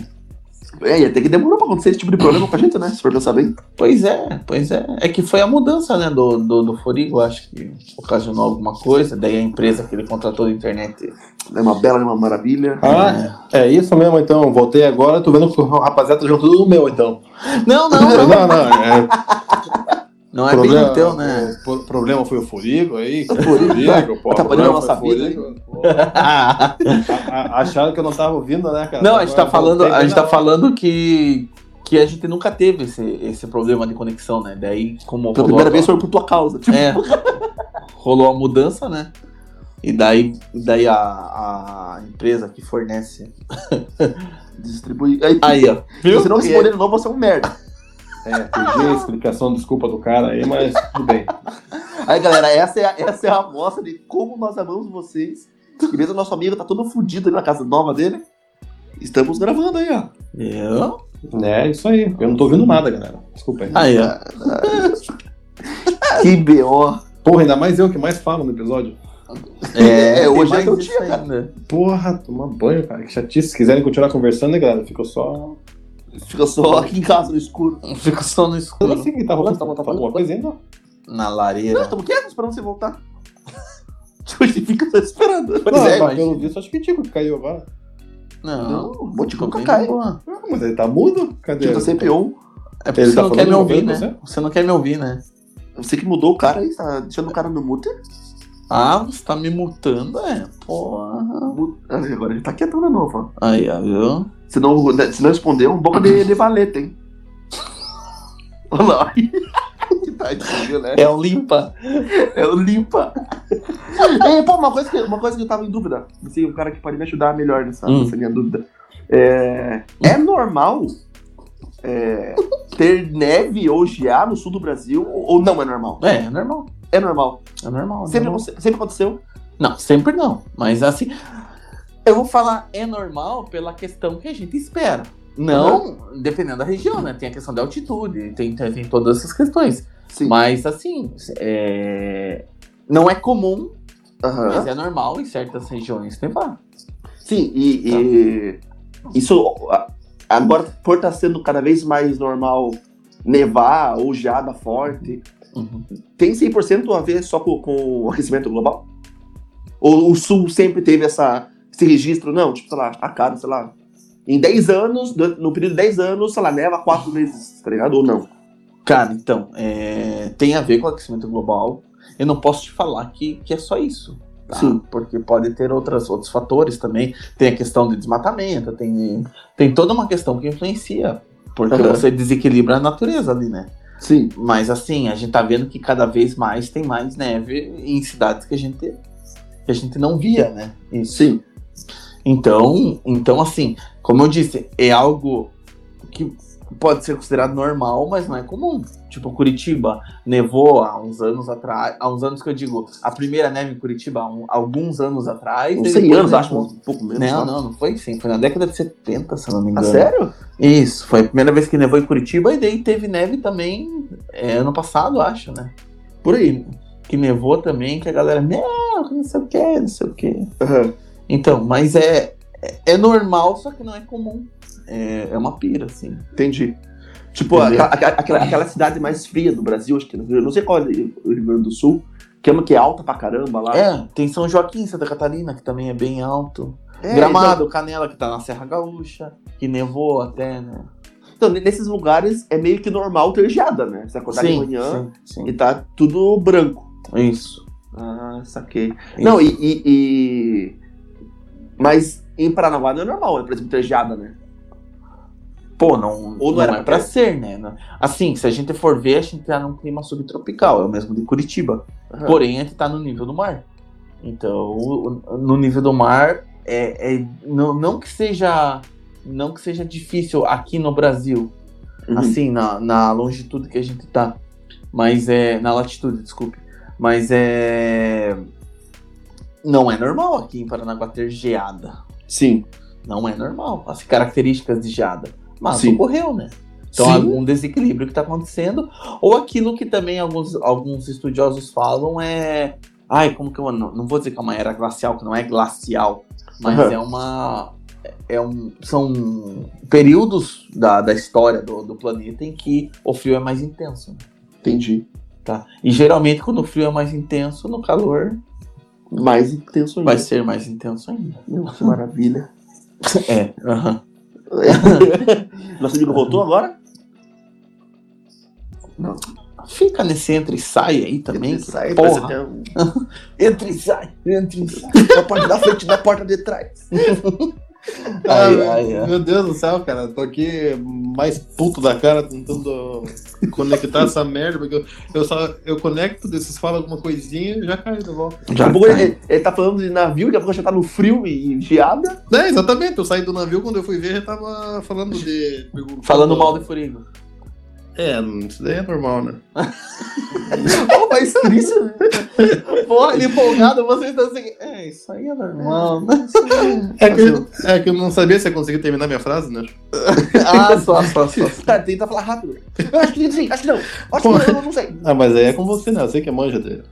Speaker 3: é, ia ter que demorar pra acontecer esse tipo de problema com a gente, né? Se for pensar bem.
Speaker 2: Pois é, pois é. É que foi a mudança, né, do, do, do Forigo, acho que ocasionou alguma coisa. Daí a empresa que ele contratou da internet. né?
Speaker 3: É uma bela, é uma maravilha.
Speaker 1: Ah, é isso mesmo então. Voltei agora, tô vendo que o rapaziada tá junto do meu então.
Speaker 2: Não, não, não.
Speaker 1: não, não, é,
Speaker 2: Não é bem
Speaker 1: problema,
Speaker 2: o teu, né? tá
Speaker 1: o pro- problema foi o furigo aí. que
Speaker 3: Furigo,
Speaker 1: Furigo, pô,
Speaker 3: Atrapalhando a nossa
Speaker 1: foi o
Speaker 3: vida,
Speaker 1: Furigo, pô. A- a- Acharam que eu não tava ouvindo, né, cara?
Speaker 2: Não, a gente tá
Speaker 1: Agora
Speaker 2: falando,
Speaker 1: voltei né?
Speaker 2: a gente
Speaker 1: bem
Speaker 2: tá
Speaker 1: na-
Speaker 2: falando que, que a gente nunca teve esse, esse problema de conexão, né? Daí, como
Speaker 3: Pela
Speaker 2: rolou,
Speaker 3: primeira vez foi por tua causa. Tipo,
Speaker 2: é, rolou a mudança, né? E daí, daí a, a empresa que fornece.
Speaker 3: distribuir. Aí,
Speaker 2: Aí, ó.
Speaker 3: se você não
Speaker 2: Viu?
Speaker 3: responder de novo, você é um merda.
Speaker 1: É, pedi a explicação, desculpa do cara aí, mas tudo bem.
Speaker 3: Aí, galera, essa é, a- essa é a amostra de como nós amamos vocês. E mesmo nosso amigo tá todo fudido ali na casa nova dele. Estamos gravando aí, ó.
Speaker 2: Eu?
Speaker 1: É isso aí. Eu não tô ouvindo nada, galera. Desculpa aí.
Speaker 2: Aí, ó.
Speaker 3: Que B.O.
Speaker 1: Porra, ainda mais eu que mais falo no episódio.
Speaker 3: É,
Speaker 2: tem
Speaker 3: hoje é
Speaker 2: mais
Speaker 3: teu
Speaker 2: isso
Speaker 3: dia,
Speaker 2: ainda.
Speaker 1: Porra, toma banho, cara. Que chatice. Se quiserem continuar conversando, né, galera? Ficou só.
Speaker 3: Fica só aqui em casa no escuro.
Speaker 2: Fico só no
Speaker 1: Eu não
Speaker 3: assim?
Speaker 2: escuro.
Speaker 1: sei quem tá rolando. Tá rolando alguma coisa ainda?
Speaker 2: Na
Speaker 3: Não,
Speaker 2: lareira.
Speaker 3: estamos quietos esperando você voltar. Hoje fica só esperando.
Speaker 2: Pois
Speaker 1: não,
Speaker 2: é,
Speaker 1: mas pelo
Speaker 2: imagina.
Speaker 1: visto, acho que o Tico que caiu agora.
Speaker 3: Não,
Speaker 2: Não.
Speaker 3: o Monte
Speaker 2: ficou
Speaker 3: Cuca
Speaker 2: bem
Speaker 3: cai.
Speaker 2: boa.
Speaker 1: Ah, mas ele tá mudo? Cadê?
Speaker 3: Tio tá sempre on.
Speaker 2: É porque
Speaker 1: Ele
Speaker 2: você
Speaker 1: tá
Speaker 2: não quer me
Speaker 1: falando
Speaker 2: ouvir,
Speaker 1: com
Speaker 2: né?
Speaker 1: você?
Speaker 2: Você? não quer me ouvir, né?
Speaker 3: Você que mudou o cara aí, tá deixando o cara no mute.
Speaker 2: Ah, você tá me multando, é? Porra.
Speaker 3: Mu- Ah, Agora ele tá quietão de novo, ó.
Speaker 2: Aí, ó, viu?
Speaker 3: Se não, se não responder, é um boca de, de valeta, hein? Olha lá. que tadinho, né?
Speaker 2: É o limpa.
Speaker 3: É o limpa. É, pô, uma coisa, que, uma coisa que eu tava em dúvida. Não sei, um cara que pode me ajudar melhor nessa,
Speaker 2: Hum.
Speaker 3: nessa minha dúvida. É, é normal é, ter neve ou gear no sul do Brasil? Ou, ou não é normal?
Speaker 2: É, é normal.
Speaker 3: É normal.
Speaker 2: É normal. é
Speaker 3: Sempre,
Speaker 2: normal.
Speaker 3: aconte- sempre aconteceu.
Speaker 2: Não, sempre não. Mas assim, eu vou falar é normal pela questão que a gente espera. Não, dependendo da região, né? Tem a questão da altitude, tem, tem, tem todas essas questões.
Speaker 3: Sim.
Speaker 2: Mas assim, é... não é comum,
Speaker 3: Aham.
Speaker 2: mas é normal em certas regiões nevar.
Speaker 3: Sim, e, e isso a- agora por estar sendo cada vez mais normal nevar ou geada forte,
Speaker 2: Uhum.
Speaker 3: tem 100% a ver só com, com o aquecimento global? Ou o sul sempre teve essa, esse registro? Não, tipo, sei lá, a cada, sei lá, em 10 anos, du- no período de 10 anos, sei lá, neva 4 vezes, tá ligado? Ou não?
Speaker 2: Cara, então, é, tem a ver com o aquecimento global. Eu não posso te falar que, que é só isso. tá?
Speaker 3: Sim.
Speaker 2: Porque pode ter outras, outros fatores também. Tem a questão de desmatamento, tem, tem toda uma questão que influencia. Porque
Speaker 3: Aham.
Speaker 2: você desequilibra a natureza ali, né?
Speaker 3: Sim.
Speaker 2: Mas assim, a gente tá vendo que cada vez mais tem mais neve em cidades que a gente, que a gente não via, né? Isso.
Speaker 3: Sim.
Speaker 2: Então, então, assim, como eu disse, é algo que pode ser considerado normal, mas não é comum. Tipo, Curitiba nevou há uns anos atrás. Há uns anos que eu digo, a primeira neve em Curitiba, há um- alguns anos atrás.
Speaker 3: Uns
Speaker 2: e
Speaker 3: 100
Speaker 2: depois
Speaker 3: anos, acho,
Speaker 2: nevou.
Speaker 3: um pouco menos. tá?
Speaker 2: Não, não, não foi sim. Foi na década de 70, se eu não me
Speaker 3: Ah,
Speaker 2: engano.
Speaker 3: sério?
Speaker 2: Isso, foi a primeira vez que nevou em Curitiba e daí teve neve também é, ano passado, acho, né?
Speaker 3: Por aí.
Speaker 2: Que nevou também, que a galera, não, que não sei o que, não sei o que.
Speaker 3: Aham.
Speaker 2: Então, mas é, é- é normal, só que não é comum. É, é uma pira, assim.
Speaker 3: Entendi. Tipo,
Speaker 2: Entendeu?
Speaker 3: aquela, aquela, aquela cidade mais fria do Brasil, acho que eu não sei qual é o Rio Grande do Sul, que é uma que é alta pra caramba lá.
Speaker 2: É, tem São Joaquim, Santa Catarina, que também é bem alto.
Speaker 3: É,
Speaker 2: Gramado, Canela, que tá na Serra Gaúcha, que nevou até, né?
Speaker 3: Então, então, nesses lugares é meio que normal ter geada, né? Você acordar de manhã
Speaker 2: sim,
Speaker 3: e tá tudo branco.
Speaker 2: sim. Isso.
Speaker 3: Ah, saquei. Não, e, e- e- Mas em Paranavaí não é normal, é por exemplo ter geada, né?
Speaker 2: Pô, não,
Speaker 3: Ou não
Speaker 2: não
Speaker 3: era
Speaker 2: é
Speaker 3: pra
Speaker 2: pra ser, né? Não- Assim, se a gente for ver, a gente tá num clima subtropical, é o mesmo de Curitiba.
Speaker 3: Aham.
Speaker 2: Porém, a gente tá no nível do mar. Então, o- o- no nível do mar, é, é- não, não que seja não que seja difícil aqui no Brasil,
Speaker 3: Uhum.
Speaker 2: assim, na, na longitude que a gente tá. Mas é. Na latitude, desculpe. Mas é. Não é normal aqui em Paranaguá ter geada
Speaker 3: Sim.
Speaker 2: não é normal, as características de geada. Mas
Speaker 3: Sim.
Speaker 2: ocorreu, né? Então,
Speaker 3: Sim.
Speaker 2: algum desequilíbrio que está acontecendo, ou aquilo que também alguns, alguns estudiosos falam é. Ai, como que eu. Não, não vou dizer que é uma era glacial, que não é glacial, mas
Speaker 3: Aham.
Speaker 2: é uma. É um, são períodos da, da história do, do planeta em que o frio é mais intenso. né?
Speaker 3: Entendi.
Speaker 2: Tá? E geralmente, quando o frio é mais intenso, no calor
Speaker 3: Mais intenso ainda.
Speaker 2: vai ser mais intenso ainda.
Speaker 3: Meu, que maravilha.
Speaker 2: É. aham.
Speaker 3: Nosso amigo voltou agora?
Speaker 2: Fica nesse entra e sai aí também. que
Speaker 3: Sai, parece
Speaker 2: porra.
Speaker 3: até um...
Speaker 2: Entra e sai, entra e sai.
Speaker 3: A parte da frente da porta de trás.
Speaker 1: Ah,
Speaker 2: Ai,
Speaker 1: meu-
Speaker 2: ai, ai.
Speaker 1: Meu Deus do céu, cara. Tô aqui mais puto da cara tentando conectar essa merda, porque eu, eu só eu conecto, vocês falam alguma coisinha e já cai de volta.
Speaker 3: Daqui a
Speaker 2: Tipo,
Speaker 3: pouco ele, ele tá falando de navio, daqui a pouco já tá no frio e geada.
Speaker 1: É, exatamente. Eu saí do navio, quando eu fui ver, já tava falando de.
Speaker 2: Falando mal de furigo.
Speaker 1: É, isso daí é normal, né?
Speaker 2: Pô, mas triste, né? Porra, ele empolgado, vocês estão assim. É, isso aí é normal, né?
Speaker 1: É que, eu, é que eu não sabia se eu conseguia terminar minha frase, né?
Speaker 2: Ah, só, só, só.
Speaker 3: Tá, tenta falar rápido. Eu acho que sim, acho que não. Acho que
Speaker 1: Pô.
Speaker 3: não, eu não sei.
Speaker 1: Ah, mas aí é com você, né? Eu sei que é manja dele.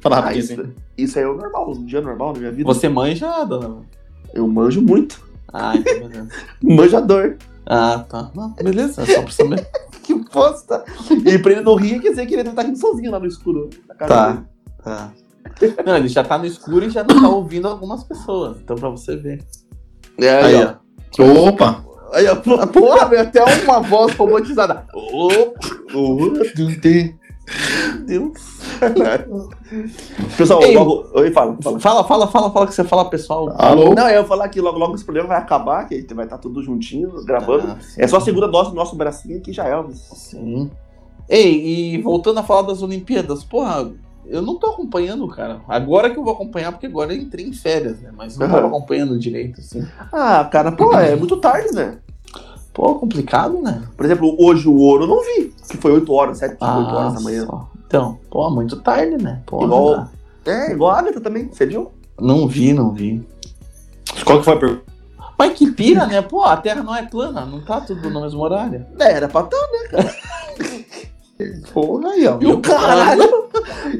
Speaker 1: Fala
Speaker 3: Ah,
Speaker 1: rapidinho,
Speaker 3: isso,
Speaker 1: assim.
Speaker 3: isso aí é o normal, um dia normal na minha vida.
Speaker 2: Você manja, dona?
Speaker 3: Eu manjo muito.
Speaker 2: Ah, então beleza.
Speaker 3: Manjador.
Speaker 2: Ah, tá. Não, beleza, é só pra saber.
Speaker 3: Que bosta. E pra ele não rir, quer dizer que ele deve estar rindo sozinho lá no escuro. Na casa dele.
Speaker 2: Tá, tá. Não, ele já tá no escuro e já não tá ouvindo algumas pessoas. Então, pra você ver.
Speaker 3: É, aí,
Speaker 1: Aí,
Speaker 3: ó.
Speaker 1: Opa!
Speaker 3: Aí, ó. Pô, Porra, veio até uma voz robotizada. Ô, meu Deus. Pessoal,
Speaker 2: Ei.
Speaker 3: logo. Oi, fala. fala.
Speaker 2: Fala, fala, fala, fala que você fala pessoal.
Speaker 1: Alô?
Speaker 3: Não, eu ia falar que logo, logo esse problema vai acabar, que a gente vai estar tudo juntinho, gravando.
Speaker 2: Ah, sim.
Speaker 3: É só a segunda dose do nosso bracinho aqui já é, Elvis.
Speaker 2: Sim. Ei, e voltando a falar das Olimpíadas, porra, eu não tô acompanhando, cara. Agora que eu vou acompanhar, porque agora eu entrei em férias, né? Mas não tava
Speaker 3: Aham.
Speaker 2: acompanhando direito, assim.
Speaker 3: Ah, cara, pô, é muito tarde, né?
Speaker 2: Pô, complicado, né?
Speaker 3: Por exemplo, hoje o ouro eu não vi, que foi 8 horas, 7, 8 horas da manhã.
Speaker 2: Ah, só. Então, pô, muito tarde, né? Pô,
Speaker 3: Igual- É, igual a Agatha também, você viu?
Speaker 2: não vi, não vi.
Speaker 1: Qual que foi a pergunta?
Speaker 2: Mas que pira, né? Pô, a Terra não é plana, não tá tudo no mesmo horário.
Speaker 3: É, era pra estar, né, cara? Porra, aí, ó.
Speaker 2: E o caralho?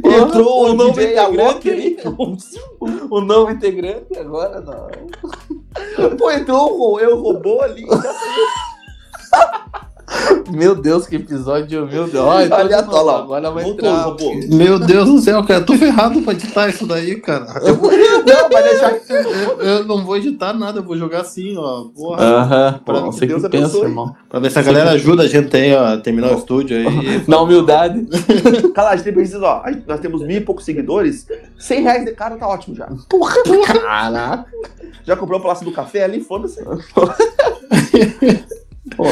Speaker 3: Entrou o
Speaker 2: o novo
Speaker 3: DJ
Speaker 2: integrante
Speaker 3: Alok
Speaker 2: aí.
Speaker 3: ali.
Speaker 2: O novo integrante agora não.
Speaker 3: Pô, entrou o eu robô ali.
Speaker 2: Meu Deus, que episódio, meu Deus. Ó, então
Speaker 3: Olha
Speaker 2: de
Speaker 3: só
Speaker 2: novo,
Speaker 3: lá.
Speaker 2: Agora vai
Speaker 3: Voltou o
Speaker 2: entrar.
Speaker 3: robô.
Speaker 1: Meu Deus do céu, cara, eu tô ferrado pra editar isso daí, cara. Eu,
Speaker 3: Não, vai deixar.
Speaker 1: eu- eu não vou editar nada, eu vou jogar assim, ó. Porra.
Speaker 2: Aham, pô,
Speaker 1: Pra
Speaker 2: não sei o
Speaker 3: Deus
Speaker 2: que pensa,
Speaker 3: abençoe.
Speaker 2: irmão.
Speaker 1: Pra ver se a galera ajuda a gente aí, ó, a terminar o estúdio aí.
Speaker 2: Na humildade.
Speaker 3: Cala, a gente precisa, ó. a gente- Nós temos mil e poucos seguidores. 100 reais de cara tá ótimo já.
Speaker 2: Caraca.
Speaker 3: Já comprou o Palácio do Café ali? Foda-se.
Speaker 2: Pô,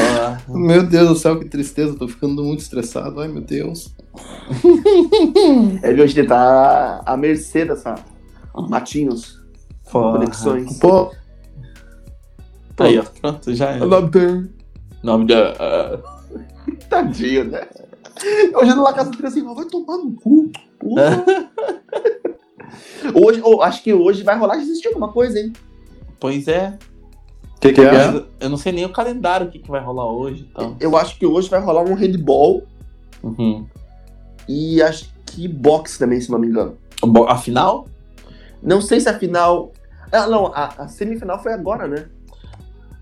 Speaker 1: Meu Deus do céu, que tristeza, tô ficando muito estressado. Ai, meu Deus.
Speaker 3: É, viu? A gente tá à mercê dessa. Ah. Matinhos,
Speaker 2: porra.
Speaker 3: conexões.
Speaker 1: Pô,
Speaker 2: Aí, ó, pronto, já é. Nome da. ah,
Speaker 3: Tadinho, né? Hoje no La Casa de Criança assim, vai tomar no cu. Porra. hoje, oh, acho que hoje vai rolar de existir alguma coisa, hein?
Speaker 2: Pois é.
Speaker 1: o que, que é?
Speaker 2: Mas Eu não sei nem o calendário, o que, que vai rolar hoje e tal.
Speaker 3: Eu acho que hoje vai rolar um handball
Speaker 2: Uhum.
Speaker 3: e acho que boxe também, se não me engano.
Speaker 2: Bom, Afinal?
Speaker 3: Não sei se a final. Ah, não, a, a semifinal foi agora, né?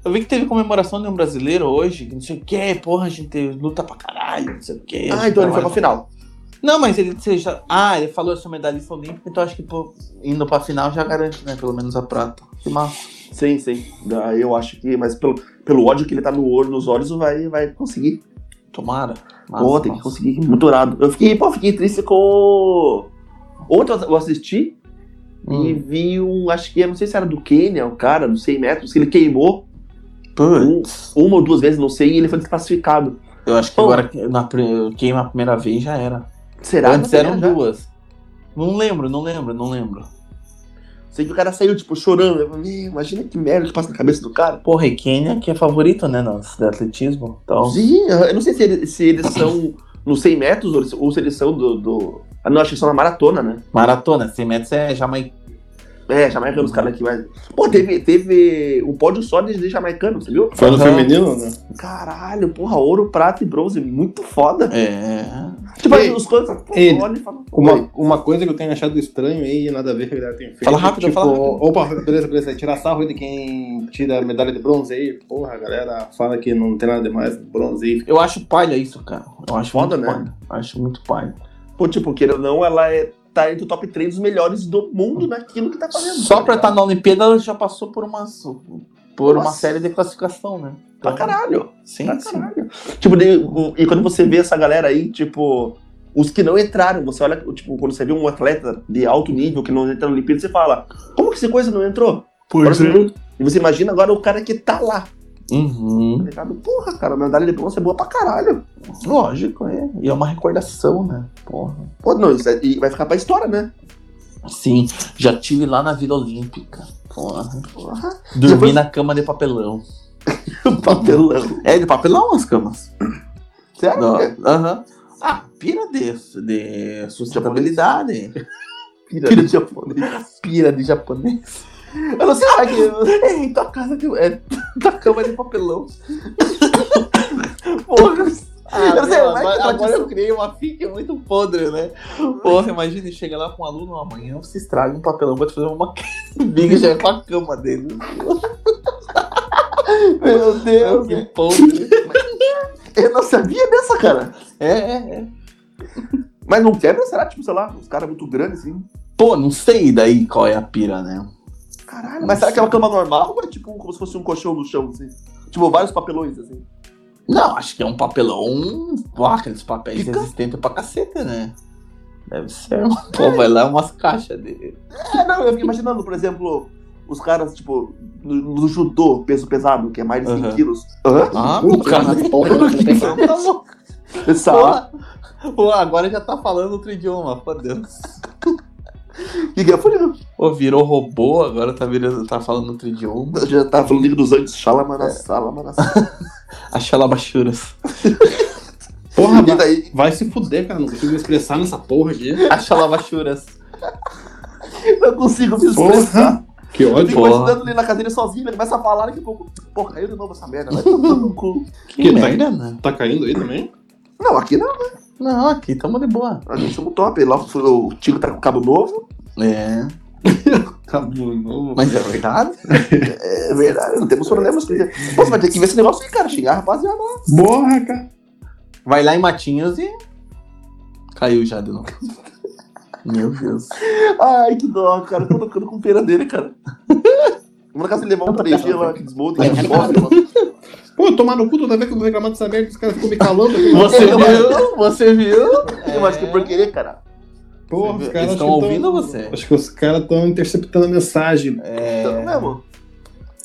Speaker 2: Eu vi que teve comemoração de um brasileiro hoje, que não sei o que, porra, a gente teve luta pra caralho, não sei o que.
Speaker 3: Ah, então ele foi pra final.
Speaker 2: Não, mas ele seja. Ah, ele falou eu sou medalhista olímpico, então acho que pô, indo pra final já garante, né? Pelo menos a prata. Que massa.
Speaker 3: Sim, sim. Ah, Eu acho que, mas pelo, pelo ódio que ele tá no olho, nos olhos, vai, vai conseguir.
Speaker 2: Tomara. Massa,
Speaker 3: Pô, tem que
Speaker 2: massa.
Speaker 3: conseguir muito irado. Eu fiquei, pô, fiquei triste com. o- Ontem eu assisti e
Speaker 2: Hum.
Speaker 3: vi um, acho que, eu não sei se era do Quênia, o cara, não sei metros, que ele queimou
Speaker 2: Putz.
Speaker 3: uma ou duas vezes, não sei, e ele foi desclassificado.
Speaker 2: Eu acho que
Speaker 3: Pô.
Speaker 2: agora que na, pri- queima a primeira vez já era. um
Speaker 3: Será?
Speaker 2: Antes
Speaker 3: que
Speaker 2: eram
Speaker 3: já?
Speaker 2: duas. Não lembro, não lembro, não lembro.
Speaker 3: Sei que o cara saiu, tipo, chorando. Eu falei, "Meu, imagina que merda que passa na cabeça do cara.
Speaker 2: Porra, e Quênia que é favorito, né? No de atletismo. Então,
Speaker 3: Sim, eu não sei se eles, se eles são nos 100 metros ou, eles- ou se eles são do. do... Ah, não, acho que são na maratona, né?
Speaker 2: maratona, 100 metros é Jamaica.
Speaker 3: É, jamaicano, os caras aqui, mas. Pô, teve, teve um pódio só de, de jamaicano, você viu?
Speaker 1: Foi no
Speaker 2: Aham.
Speaker 1: feminino, né?
Speaker 3: Caralho, porra, ouro, prata e bronze, muito foda.
Speaker 2: É.
Speaker 3: Tipo,
Speaker 1: Ei,
Speaker 3: os coisas
Speaker 1: ei,
Speaker 3: olham e falam. "Oi".
Speaker 1: Uma, uma coisa que eu tenho achado estranho aí, nada a ver com o que a galera tem feito.
Speaker 2: Fala rápido,
Speaker 1: tipo,
Speaker 2: fala rápido.
Speaker 1: Opa, beleza, beleza. é Tirar sarro de quem tira a medalha de bronze aí. Porra, a galera fala que não tem nada demais com bronze aí.
Speaker 2: Eu acho palha isso, cara. Eu acho
Speaker 3: Foda,
Speaker 2: muito
Speaker 3: né?
Speaker 2: palha. Acho muito palha.
Speaker 3: Pô, tipo, queira ou não, ela é, tá entre o top 3 dos melhores do mundo naquilo que tá fazendo.
Speaker 2: Só
Speaker 3: tá
Speaker 2: pra
Speaker 3: ligado?
Speaker 2: estar na Olimpíada, ela já passou por uma, por uma
Speaker 3: Nossa.
Speaker 2: série de classificação, né?
Speaker 3: Pra caralho.
Speaker 2: Sim,
Speaker 3: Pra
Speaker 2: sim.
Speaker 3: caralho. Tipo, de- o- e quando você vê essa galera aí, tipo. Os que não entraram, você olha, tipo, quando você vê um atleta de alto nível que não entra na Olimpíada, você fala, como que essa coisa não entrou? Agora
Speaker 2: é.
Speaker 3: você vê- E você imagina agora o cara que tá lá, tá
Speaker 2: Uhum.
Speaker 3: ligado? Porra, cara, a medalha de bronze é boa pra caralho.
Speaker 2: Lógico, é. E é uma recordação, né? Porra.
Speaker 3: Pô, não, isso aí vai ficar pra história, né?
Speaker 2: Sim, já tive lá na Vila Olímpica. Porra.
Speaker 3: Porra.
Speaker 2: Dormi
Speaker 3: Depois-
Speaker 2: na cama de papelão.
Speaker 3: Papelão.
Speaker 2: É de papelão as camas?
Speaker 3: Sério?
Speaker 2: Não,
Speaker 3: cara?
Speaker 2: aham. Ah, pira de, de sustentabilidade.
Speaker 3: Pira,
Speaker 2: Pira
Speaker 3: de japonês.
Speaker 2: Pira de japonês.
Speaker 3: Eu não sei lá que. Ei, tua casa
Speaker 2: um-
Speaker 3: de. É, tua cama de papelão. Porra. eu não sei,
Speaker 2: Ah, meu,
Speaker 3: vai que
Speaker 2: agora,
Speaker 3: ela
Speaker 2: agora
Speaker 3: disse-
Speaker 2: eu criei uma fique muito podre, né? Porra, imagina, chega lá com um aluno amanhã, você estraga um papelão pra te fazer uma biga e já é com a cama dele.
Speaker 3: Meu Deus.
Speaker 2: Que podre.
Speaker 3: Eu não sabia dessa, cara.
Speaker 2: É, é, é.
Speaker 3: Mas não quebra, será? Tipo, sei lá, os caras muito grandes, assim.
Speaker 2: Pô, não sei daí qual é a pira, né?
Speaker 3: Caralho. Mas será que é uma cama normal ou é tipo como se fosse um colchão no chão, assim? Tipo, vários papelões, assim.
Speaker 2: Não, acho que é um papelão. Pô, aqueles papéis
Speaker 3: Pica.
Speaker 2: resistentes pra caceta, né? Deve ser. Pô, vai lá umas caixas de.
Speaker 3: É, não, eu fico imaginando, por exemplo, os caras, tipo, no, no judô, peso pesado, que é mais de 100
Speaker 2: Aham.
Speaker 3: quilos. Hã?
Speaker 2: Ah,
Speaker 1: Muito
Speaker 2: o cara.
Speaker 1: grande, né? porra, não tem como.
Speaker 2: Tá bom.
Speaker 3: Essa-
Speaker 2: Pô, Tá. pô, agora já tá falando outro idioma, pô Deus.
Speaker 3: E que é fodido.
Speaker 2: Pô, virou robô, agora tá virando, tá falando outro idioma.
Speaker 3: Já tava falando Liga dos Andes,
Speaker 2: É.
Speaker 3: Xalamanassá, Lamanassá.
Speaker 2: A Xalabachuras.
Speaker 1: Porra,
Speaker 3: E
Speaker 1: vai,
Speaker 3: daí,
Speaker 1: vai se fuder, cara. Não consigo me expressar nessa porra aqui.
Speaker 2: A Xalabachuras.
Speaker 3: não consigo me expressar.
Speaker 1: Porra. Que
Speaker 3: Eu
Speaker 1: ódio.
Speaker 3: fico
Speaker 2: Porra.
Speaker 3: imaginando ele na cadeira sozinho, ele começa a falar daqui a pouco. Porra, caiu de novo essa merda, vai tomar no cu.
Speaker 1: Que,
Speaker 2: Que
Speaker 1: tá,
Speaker 2: merda, né?
Speaker 1: tá caindo aí também?
Speaker 3: Não, aqui não,
Speaker 2: Não, aqui tamo de boa.
Speaker 3: a gente chama o top. Lá foi- o Tigo tá com cabo novo.
Speaker 2: É,
Speaker 1: Tá bom, novo.
Speaker 2: mas é verdade.
Speaker 3: É verdade, não temos problemas com isso. Pô, você vai ter que ver esse negócio aí, cara, xingar a rapaziada.
Speaker 1: Porra, cara.
Speaker 2: Vai lá em Matinhos e. Caiu já de novo. Meu Deus.
Speaker 3: Ai, que dó, cara, eu tô tocando com pena dele, cara. Vamos na casa dele levar um 3G lá, que desmonta, que desmonta.
Speaker 1: Pô, tomar no cu toda vez que eu vou reclamar dessa merda, os caras ficam me calando. aqui. né?
Speaker 2: Você viu? Você viu?
Speaker 3: Eu acho que é por querer, cara.
Speaker 1: Porra, os
Speaker 2: Eles
Speaker 1: caras
Speaker 2: tão
Speaker 1: acho que
Speaker 2: ouvindo você?
Speaker 1: Acho que os caras estão interceptando a mensagem.
Speaker 2: É.
Speaker 3: Então, mesmo.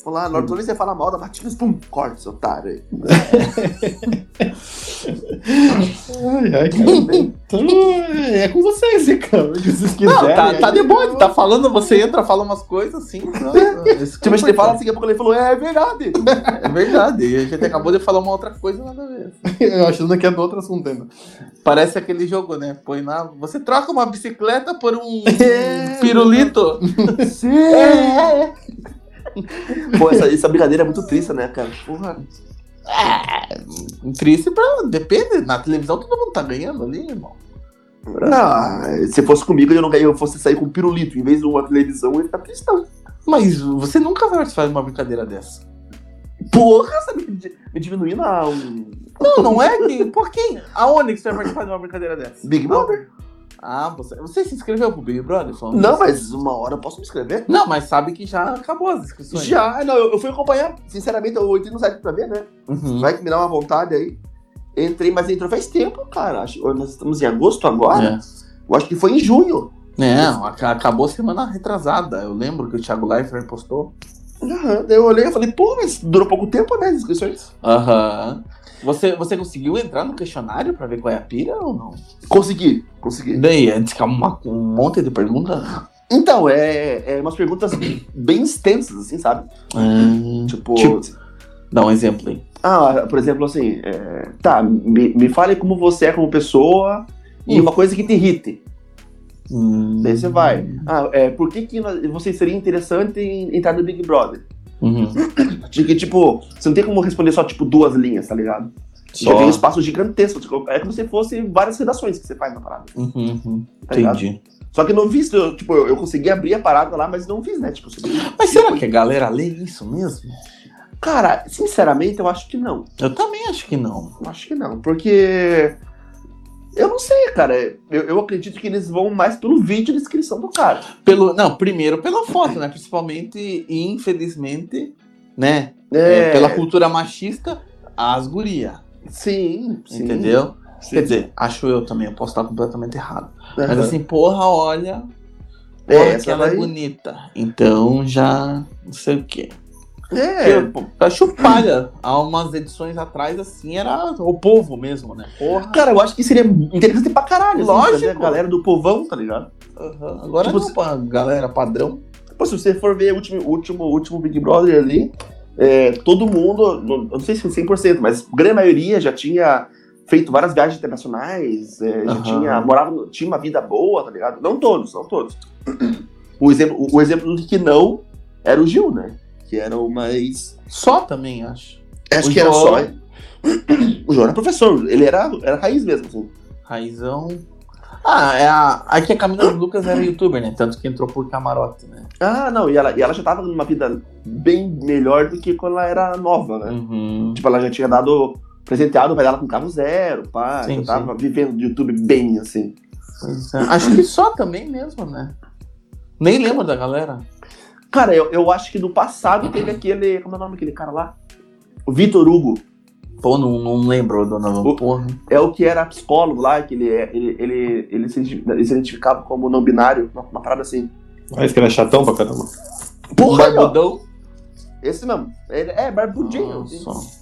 Speaker 3: Vamos lá, na hora que você fala mal da Matinhos, pum, corta seu otário aí.
Speaker 1: Ai, ai, cara. Então, é, é com vocês, hein, cara. Se vocês
Speaker 2: Não,
Speaker 1: quiserem.
Speaker 2: tá, tá de
Speaker 1: aí-
Speaker 2: boa, tá falando, você entra, fala umas coisas assim. não, não,
Speaker 3: Tipo, a gente fala assim, daqui a pouco ele falou, é, é verdade.
Speaker 2: É verdade, a gente acabou de falar uma outra coisa nada a ver.
Speaker 1: Eu achando que é do outro assunto ainda.
Speaker 2: Parece aquele jogo, né? Põe na. Você troca uma bicicleta por um
Speaker 1: É.
Speaker 2: pirulito. É.
Speaker 3: Sim! Pô, essa, essa brincadeira é muito triste, né, cara? Porra.
Speaker 2: Triste Um pra. Depende. Na televisão todo mundo tá ganhando ali, irmão.
Speaker 3: Não, Ah, se fosse comigo, eu não ganhei, eu fosse sair com um pirulito. Em vez de uma televisão, eu ia ficar tristão.
Speaker 2: Mas você nunca vai fazer uma brincadeira dessa.
Speaker 3: Porra, sabe? Me diminuindo a um.
Speaker 2: Não, não é que. Por quem? Aonde que você vai participar de uma brincadeira dessa?
Speaker 3: Big Brother?
Speaker 2: Ah, você, você se inscreveu pro Big Brother? falando
Speaker 3: Não,
Speaker 2: isso?
Speaker 3: mas uma hora eu posso me inscrever.
Speaker 2: Não, mas sabe que já acabou as inscrições.
Speaker 3: Já, não, eu, eu fui acompanhar. Sinceramente, eu entrei no site pra ver, né?
Speaker 2: Uhum.
Speaker 3: Vai que me dá uma vontade aí. Entrei, mas entrou faz tempo, cara. Acho, nós estamos em agosto agora.
Speaker 2: É.
Speaker 3: Eu acho que foi em junho.
Speaker 2: Não, aca- acabou semana retrasada. Eu lembro que o Thiago Leifert postou.
Speaker 3: Aham, Daí eu olhei e falei, pô, mas durou pouco tempo, né? As inscrições.
Speaker 2: Aham. Você, você conseguiu entrar no questionário pra ver qual é a pira ou não?
Speaker 3: Consegui, consegui.
Speaker 2: E daí, antes que uma- um monte de né? perguntas.
Speaker 3: Então, é, é umas perguntas bem extensas, assim, sabe? Tipo,
Speaker 2: Tipo- Dá um exemplo aí.
Speaker 3: ah, por exemplo, assim, é, tá, me, me fale como você é como pessoa e
Speaker 2: Hum.
Speaker 3: uma coisa que te irrite.
Speaker 2: Hum.
Speaker 3: Daí você vai. Ah, é, por que, que nós- você seria interessante em entrar no Big Brother?
Speaker 2: Uhum.
Speaker 3: De que, tipo, você não tem como responder só, tipo, duas linhas, tá ligado? Já
Speaker 2: Só.
Speaker 3: tem um espaço gigantesco. tipo, é como se fosse várias redações que você faz na parada,
Speaker 2: Uhum, uhum.
Speaker 3: tá ligado?
Speaker 2: Entendi.
Speaker 3: Só que eu não fiz, eu, tipo, eu eu consegui abrir a parada lá, mas não fiz, né? Tipo, sobre...
Speaker 2: Mas será que a galera lê isso mesmo?
Speaker 3: Cara, sinceramente, eu acho que não.
Speaker 2: Eu também acho que não.
Speaker 3: Eu Acho que não, porque. Eu não sei, cara. Eu, eu acredito que eles vão mais pelo vídeo de inscrição do cara.
Speaker 2: Pelo, não, primeiro pela foto, né? Principalmente e infelizmente, né? É, pela cultura machista, as guria.
Speaker 3: Sim, sim.
Speaker 2: Entendeu?
Speaker 3: Sim.
Speaker 2: Quer dizer, acho eu também, eu posso estar completamente errado.
Speaker 3: Aham.
Speaker 2: Mas assim, porra, olha.
Speaker 3: É,
Speaker 2: Porra,
Speaker 3: essa
Speaker 2: que ela
Speaker 3: daí-
Speaker 2: é bonita. Então já não sei o quê.
Speaker 3: É,
Speaker 2: Porque, eu acho palha. Há umas edições atrás, assim, era o povo mesmo, né? Porra.
Speaker 3: Cara, eu acho que seria interessante pra caralho. assim,
Speaker 2: Lógico.
Speaker 3: trazer a galera do povão, tá ligado?
Speaker 2: aham. Agora
Speaker 3: Tipo,
Speaker 2: não, pá, galera padrão.
Speaker 3: Pô, se você for ver o último, o último, o último Big Brother ali, é, todo mundo, não, eu não sei se 100%, mas a grande maioria já tinha feito várias viagens internacionais, é, já
Speaker 2: Aham.
Speaker 3: tinha, morava, no- tinha uma vida boa, tá ligado? Não todos, não todos. O exemplo, o- o exemplo do que não era o Gil, né? Que era o mais.
Speaker 2: Só também, acho.
Speaker 3: Acho
Speaker 2: O
Speaker 3: que era
Speaker 2: João-
Speaker 3: só. O João era professor, ele era, era raiz mesmo, assim.
Speaker 2: Raizão. Ah, é a... aqui a Camila do Lucas era youtuber, né? Tanto que entrou por camarote, né?
Speaker 3: Ah, não, e ela, e ela já tava numa vida bem melhor do que quando ela era nova, né?
Speaker 2: Uhum.
Speaker 3: Tipo, ela já tinha dado. presenteado o pai dela com carro zero, pá.
Speaker 2: Sim,
Speaker 3: já tava vivendo do YouTube bem, assim.
Speaker 2: Pois é. Acho que só também mesmo, né? Nem lembro da galera.
Speaker 3: Cara, eu, eu acho que no passado teve aquele. Como é o nome daquele cara lá? O Vitor Hugo.
Speaker 2: Pô, não, não lembro, dona
Speaker 3: O-
Speaker 2: Porra.
Speaker 3: É o que era psicólogo lá, que ele, é- ele, ele, ele, se, ele se identificava como não binário, uma, uma parada assim.
Speaker 1: Mas que ele é chatão pra caramba.
Speaker 3: Porra, meu,
Speaker 2: Barbudão.
Speaker 3: esse mesmo. Ele é barbudinho. assim.
Speaker 2: Nossa.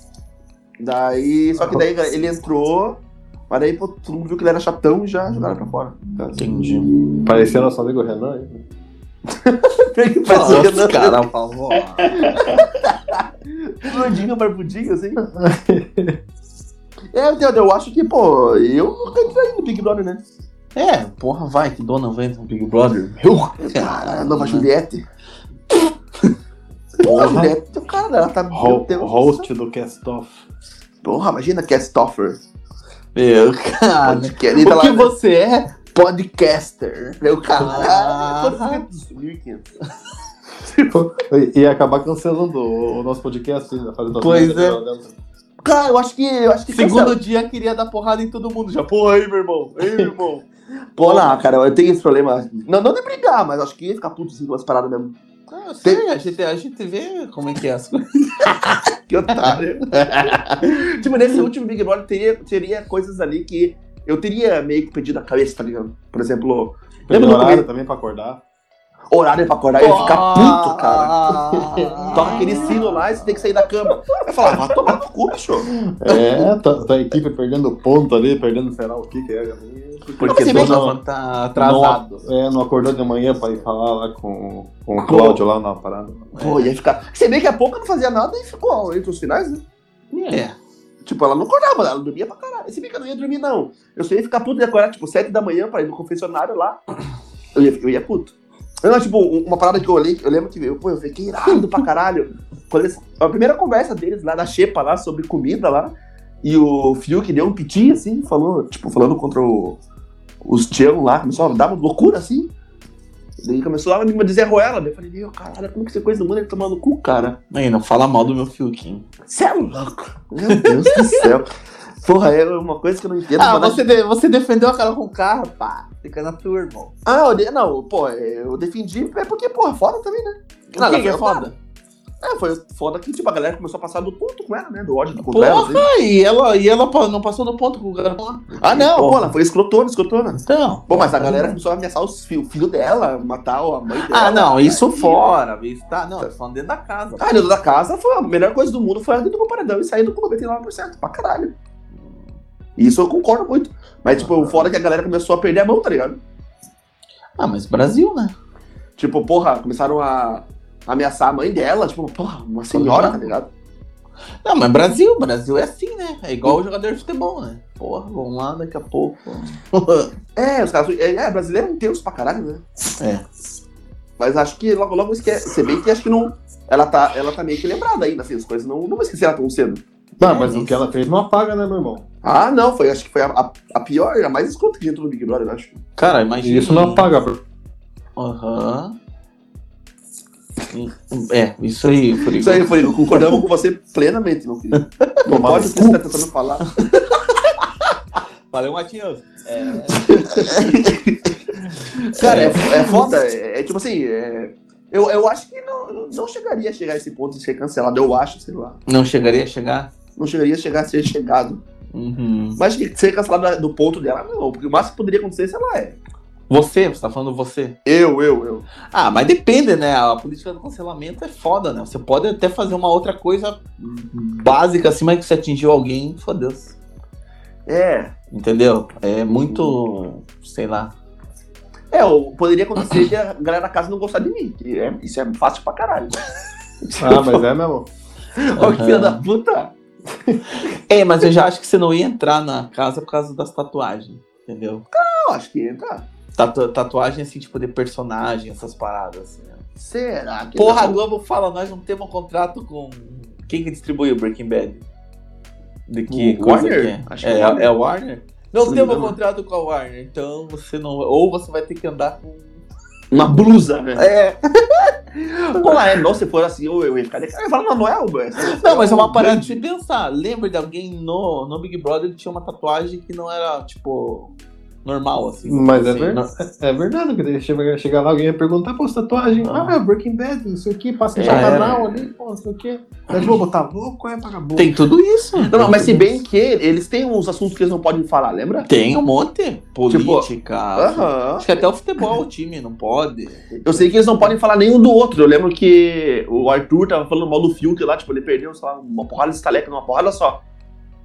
Speaker 3: Daí, só que daí cara, ele entrou, mas daí pô, todo mundo viu que ele era chatão e já
Speaker 2: Hum.
Speaker 3: jogaram pra fora.
Speaker 1: Tá,
Speaker 2: Entendi.
Speaker 1: Parecia nosso amigo Renan. hein?
Speaker 3: Parecia
Speaker 2: Nossa,
Speaker 3: que não-
Speaker 2: cara, favor.
Speaker 3: Barbudinho, barbudinho, assim. É, Deus, eu acho que, pô, eu nunca entrei no Big Brother, né?
Speaker 2: É, porra, vai, que dona vai no Big Brother. Meu
Speaker 3: Cara, a
Speaker 2: caralho,
Speaker 3: nova
Speaker 2: né?
Speaker 3: Juliette. Porra,
Speaker 1: Porra.
Speaker 3: Juliette, cara, ela tá. meu
Speaker 1: Ho-
Speaker 3: Deus do
Speaker 1: Host do Cast Off.
Speaker 3: céu. Porra, imagina Castoffer.
Speaker 2: Meu, cara.
Speaker 3: Ele tá
Speaker 2: O
Speaker 3: lá.
Speaker 2: que
Speaker 3: né?
Speaker 2: você é?
Speaker 3: Podcaster. Meu caralho.
Speaker 2: Ah.
Speaker 3: quantos inscritos?
Speaker 1: Tipo, E ia acabar cancelando o, o nosso podcast. ainda, fazendo as
Speaker 2: Pois
Speaker 1: merdas
Speaker 2: é.
Speaker 1: lá dentro.
Speaker 3: Cara, eu acho que. Eu acho que
Speaker 2: Segundo dia queria dar porrada em todo mundo. Já, porra aí, meu irmão. Ei, meu irmão.
Speaker 3: Pô, não, cara, eu tenho esse problema. Não, não de brigar, mas acho que ia ficar puto assim com umas paradas mesmo.
Speaker 2: Ah, eu sei, a gente, a gente vê como é que é as coisas.
Speaker 3: Que otário. tipo, nesse último Big Brother teria, teria coisas ali que eu teria meio que pedido a cabeça, tá ligado? Por exemplo, Lembra
Speaker 1: Perdeu
Speaker 3: do
Speaker 1: horário
Speaker 3: primeiro-
Speaker 1: também pra acordar.
Speaker 3: horário pra acordar, eu ia
Speaker 2: Ah.
Speaker 3: ficar puto, cara.
Speaker 2: cara.
Speaker 3: Toca aquele sino lá e você tem que sair da cama. Vai falar, vai tomar no cu, bicho.
Speaker 1: É, tá, tá a equipe perdendo ponto ali, perdendo sei lá o que que é.
Speaker 2: Porque
Speaker 3: Você
Speaker 2: não,
Speaker 3: vê
Speaker 1: não,
Speaker 2: tá atrasado.
Speaker 1: é, não acordou de manhã pra ir falar lá com, com o Cláudio lá na parada.
Speaker 3: Pô, ia ficar. Você vê que a pouco não fazia nada e ficou entre os finais, né?
Speaker 2: É.
Speaker 3: Tipo, ela não acordava, ela dormia pra caralho. Se bem que eu não ia dormir, não. Eu só ia ficar puto de acordar, tipo, sete da manhã pra ir no confessionário lá. Eu ia, eu ia puto. Não, tipo, um- uma parada que eu olhei, eu lembro que eu, pô, eu fiquei irado pra caralho. Quando eles- a primeira conversa deles lá da Xepa lá sobre comida lá. E o Fiuk deu um piti, assim, falou, tipo, falando contra o- os Tião lá, começou a dar uma loucura assim. Daí começou lá me dizer roela. Daí eu falei, meu caralho, como que essa coisa do mundo é tomar no cu, cara?
Speaker 2: Aí, não fala mal do meu Fiuquinho.
Speaker 3: Você é
Speaker 2: um
Speaker 3: louco. Meu Deus do céu. Porra, é uma coisa que eu não entendo.
Speaker 2: Ah,
Speaker 3: mas- é-
Speaker 2: você, de- você defendeu a cara com o carro, pá. Fica na tua, irmão.
Speaker 3: Ah, eu de- não, pô, é, eu defendi é porque, porra, foda também, né?
Speaker 2: Não,
Speaker 3: Quem
Speaker 2: que é
Speaker 3: é
Speaker 2: foda?
Speaker 3: É, foi foda que, tipo, a galera começou a passar do ponto com ela, né? Do ódio do com ela. assim.
Speaker 2: Porra, e ela, e ela pa- não passou do ponto com o cara.
Speaker 3: Ah, não,
Speaker 2: Porra.
Speaker 3: pô, ela foi escrotona, escrotona.
Speaker 2: Então.
Speaker 3: Pô, mas a galera começou a ameaçar os fi- o filho dela, matar a mãe dela.
Speaker 2: Ah, não, isso
Speaker 3: Aí,
Speaker 2: fora, isso tá, não, falando dentro da casa.
Speaker 3: Ah, dentro da casa foi a melhor coisa do mundo, foi a dentro do paredão e sair do clube, tem lá por certo, pra caralho. Isso eu concordo muito. Mas, tipo, fora que a galera começou a perder a mão, tá ligado?
Speaker 2: Ah, mas Brasil, né?
Speaker 3: Tipo, porra, começaram a ameaçar a mãe dela, tipo, porra, uma senhora, tá ligado?
Speaker 2: Não, mas Brasil, Brasil é assim, né? É igual o jogador de futebol, né? Porra, vão lá daqui a pouco.
Speaker 3: É, os caras. É, é, brasileiro é intenso pra caralho, né?
Speaker 2: É.
Speaker 3: Mas acho que logo, logo esquece. Se bem que acho que não. Ela tá, ela tá meio que lembrada ainda, assim, as coisas não, não vou esquecer ela tão cedo.
Speaker 1: Não, mas o que ela fez não apaga, né, meu irmão?
Speaker 3: Ah, não, foi, acho que foi a, a, a pior, a mais escrota que entrou no Big Brother, eu acho.
Speaker 2: Cara, imagina.
Speaker 1: Isso não apaga. bro.
Speaker 2: Aham. É, isso aí, Furigo.
Speaker 3: Isso aí, Furigo, concordamos com você plenamente, meu filho. Não
Speaker 1: Tomar
Speaker 3: pode
Speaker 1: no
Speaker 3: o que você tá tentando falar.
Speaker 2: Valeu, Matheus.
Speaker 3: Cara, é, é foda. É, é tipo assim, é- eu, eu acho que não, não chegaria a chegar a esse ponto de ser cancelado. Eu acho, sei lá.
Speaker 2: Não chegaria a chegar?
Speaker 3: Não chegaria a chegar a ser chegado.
Speaker 2: Uhum.
Speaker 3: Mas que ser cancelado do ponto dela, não. Porque o máximo que poderia acontecer, sei lá, é.
Speaker 2: Você, você tá falando você.
Speaker 3: Eu, eu, eu.
Speaker 2: Ah, mas depende, né? A política do cancelamento é foda, né? Você pode até fazer uma outra coisa básica assim, mas que você atingiu alguém, foda-se.
Speaker 3: É.
Speaker 2: Entendeu? É muito. sei lá.
Speaker 3: É, eu, poderia acontecer que a galera da casa não gostar de mim. que é- isso é fácil pra caralho.
Speaker 1: Ah, mas é mesmo.
Speaker 3: Olha que filha da puta.
Speaker 2: É, mas eu já acho que você não ia entrar na casa por causa das tatuagens, entendeu?
Speaker 3: Não, acho que entra.
Speaker 2: Tatu- tatuagem, assim, tipo, de personagem, essas paradas, assim. né?
Speaker 3: Será que.
Speaker 2: Porra, a Globo fala, nós não temos um contrato com... Quem que distribuiu o Breaking Bad? De que
Speaker 3: O
Speaker 2: coisa
Speaker 3: Warner?
Speaker 2: que é?
Speaker 3: Acho que
Speaker 2: é,
Speaker 3: é
Speaker 2: é
Speaker 3: Warner.
Speaker 2: a Warner? Não
Speaker 3: Se não me
Speaker 2: temos um
Speaker 3: engano.
Speaker 2: contrato com a Warner, então você não... Ou você vai ter que andar com...
Speaker 3: Uma blusa, né? É. Porra, é, não, se for assim, eu, eu ia ficar. de cara. Eu ia falar, não, não é Uber.
Speaker 2: Não, mas é uma parada de se pensar. Lembra de alguém no, no Big Brother que tinha uma tatuagem que não era, tipo, normal, assim.
Speaker 1: Mas é
Speaker 2: Assim,
Speaker 1: verdade.
Speaker 2: não-
Speaker 1: É verdade, porque chega, chegar lá, alguém ia perguntar, pô, essa tatuagem,
Speaker 2: Ah.
Speaker 1: ah, Breaking Bad, não sei o que, passa em
Speaker 3: É.
Speaker 1: canal ali, pô, não sei o que. Daí tipo, pô, tá louco, é vagabundo.
Speaker 2: Tem tudo isso.
Speaker 3: Não, não, mas se bem que eles têm uns assuntos que eles não podem falar, lembra?
Speaker 2: Tem um monte. Política.
Speaker 3: Tipo, Aham.
Speaker 2: Acho que até o futebol, o time, não pode.
Speaker 3: Eu sei que eles não podem falar nenhum do outro. Eu lembro que o Arthur tava falando mal do Fiuk lá, tipo, ele perdeu, sei lá, uma porrada de estaleca numa porrada só.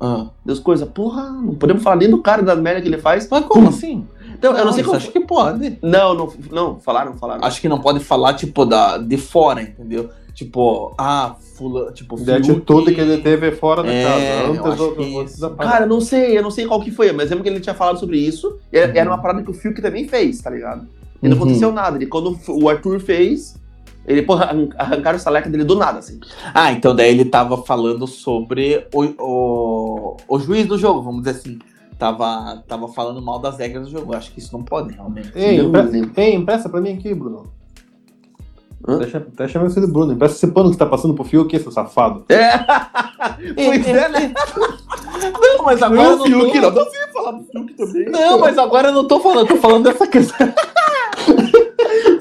Speaker 2: Ah.
Speaker 3: Deus, coisa, porra, não podemos falar nem do cara da merda que ele faz.
Speaker 2: Mas como assim?
Speaker 3: Então, eu não sei
Speaker 2: isso
Speaker 3: como.
Speaker 2: Acho que pode.
Speaker 3: Não, não, não, falaram, falaram.
Speaker 2: Acho que não pode falar, tipo, da, de fora, entendeu? Tipo, ah, fulano, tipo,
Speaker 1: De atitude que ele teve fora da
Speaker 2: É,
Speaker 1: casa.
Speaker 2: eu
Speaker 1: Antes
Speaker 2: acho
Speaker 1: dos
Speaker 2: que
Speaker 1: outros
Speaker 2: isso.
Speaker 1: da parte.
Speaker 3: Cara, eu não sei, eu não sei qual que foi, mas lembro que ele tinha falado sobre isso. E era era uma parada que o Fiuk também fez, tá ligado? E não
Speaker 2: Uhum.
Speaker 3: aconteceu nada. Ele, quando o Arthur fez, ele pô, arran- arrancaram o estaleca dele do nada, assim.
Speaker 2: Ah, então daí ele tava falando sobre o, o, o juiz do jogo, vamos dizer assim. Tava, tava falando mal das regras do jogo. Eu acho que isso não pode, realmente.
Speaker 1: Ei,
Speaker 3: Deus
Speaker 1: empresta,
Speaker 3: me
Speaker 1: ei, empresta pra mim aqui, Bruno.
Speaker 3: Hã?
Speaker 1: Deixa, até chamei o filho do Bruno. Empresta esse pano que tá passando pro fio aqui, seu safado.
Speaker 3: É, pois é, né?
Speaker 2: é. Não, mas agora eu
Speaker 3: Não,
Speaker 2: não
Speaker 3: o Fiuk,
Speaker 2: tô...
Speaker 3: não. Você ia falar do Fiuk também.
Speaker 2: Não, mas agora eu não tô falando, eu tô falando dessa questão.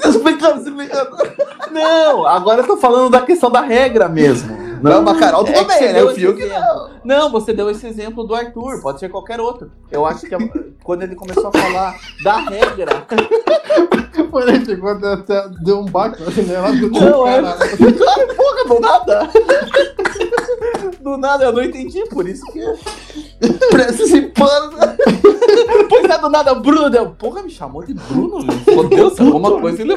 Speaker 3: Explicando, explicando.
Speaker 2: Não, agora eu tô falando da questão da regra mesmo.
Speaker 3: Não, mas Carol, tu
Speaker 2: É que
Speaker 3: também,
Speaker 2: você
Speaker 3: né?
Speaker 2: deu
Speaker 3: O
Speaker 2: esse
Speaker 3: Fiuk
Speaker 2: exemplo.
Speaker 3: não.
Speaker 2: Não, você deu esse exemplo do Arthur, pode ser qualquer outro. Eu acho que a- quando ele começou a falar da regra.
Speaker 1: Ele chegou até, até deu um baque na janela do
Speaker 2: Não, é.
Speaker 1: cara.
Speaker 2: Ai, porra, do nada! Do nada, eu não entendi, por isso que. Participando! Pois é, do nada, Bruno! deu, Porra, me chamou de Bruno? meu. Fodeu, se alguma coisa ele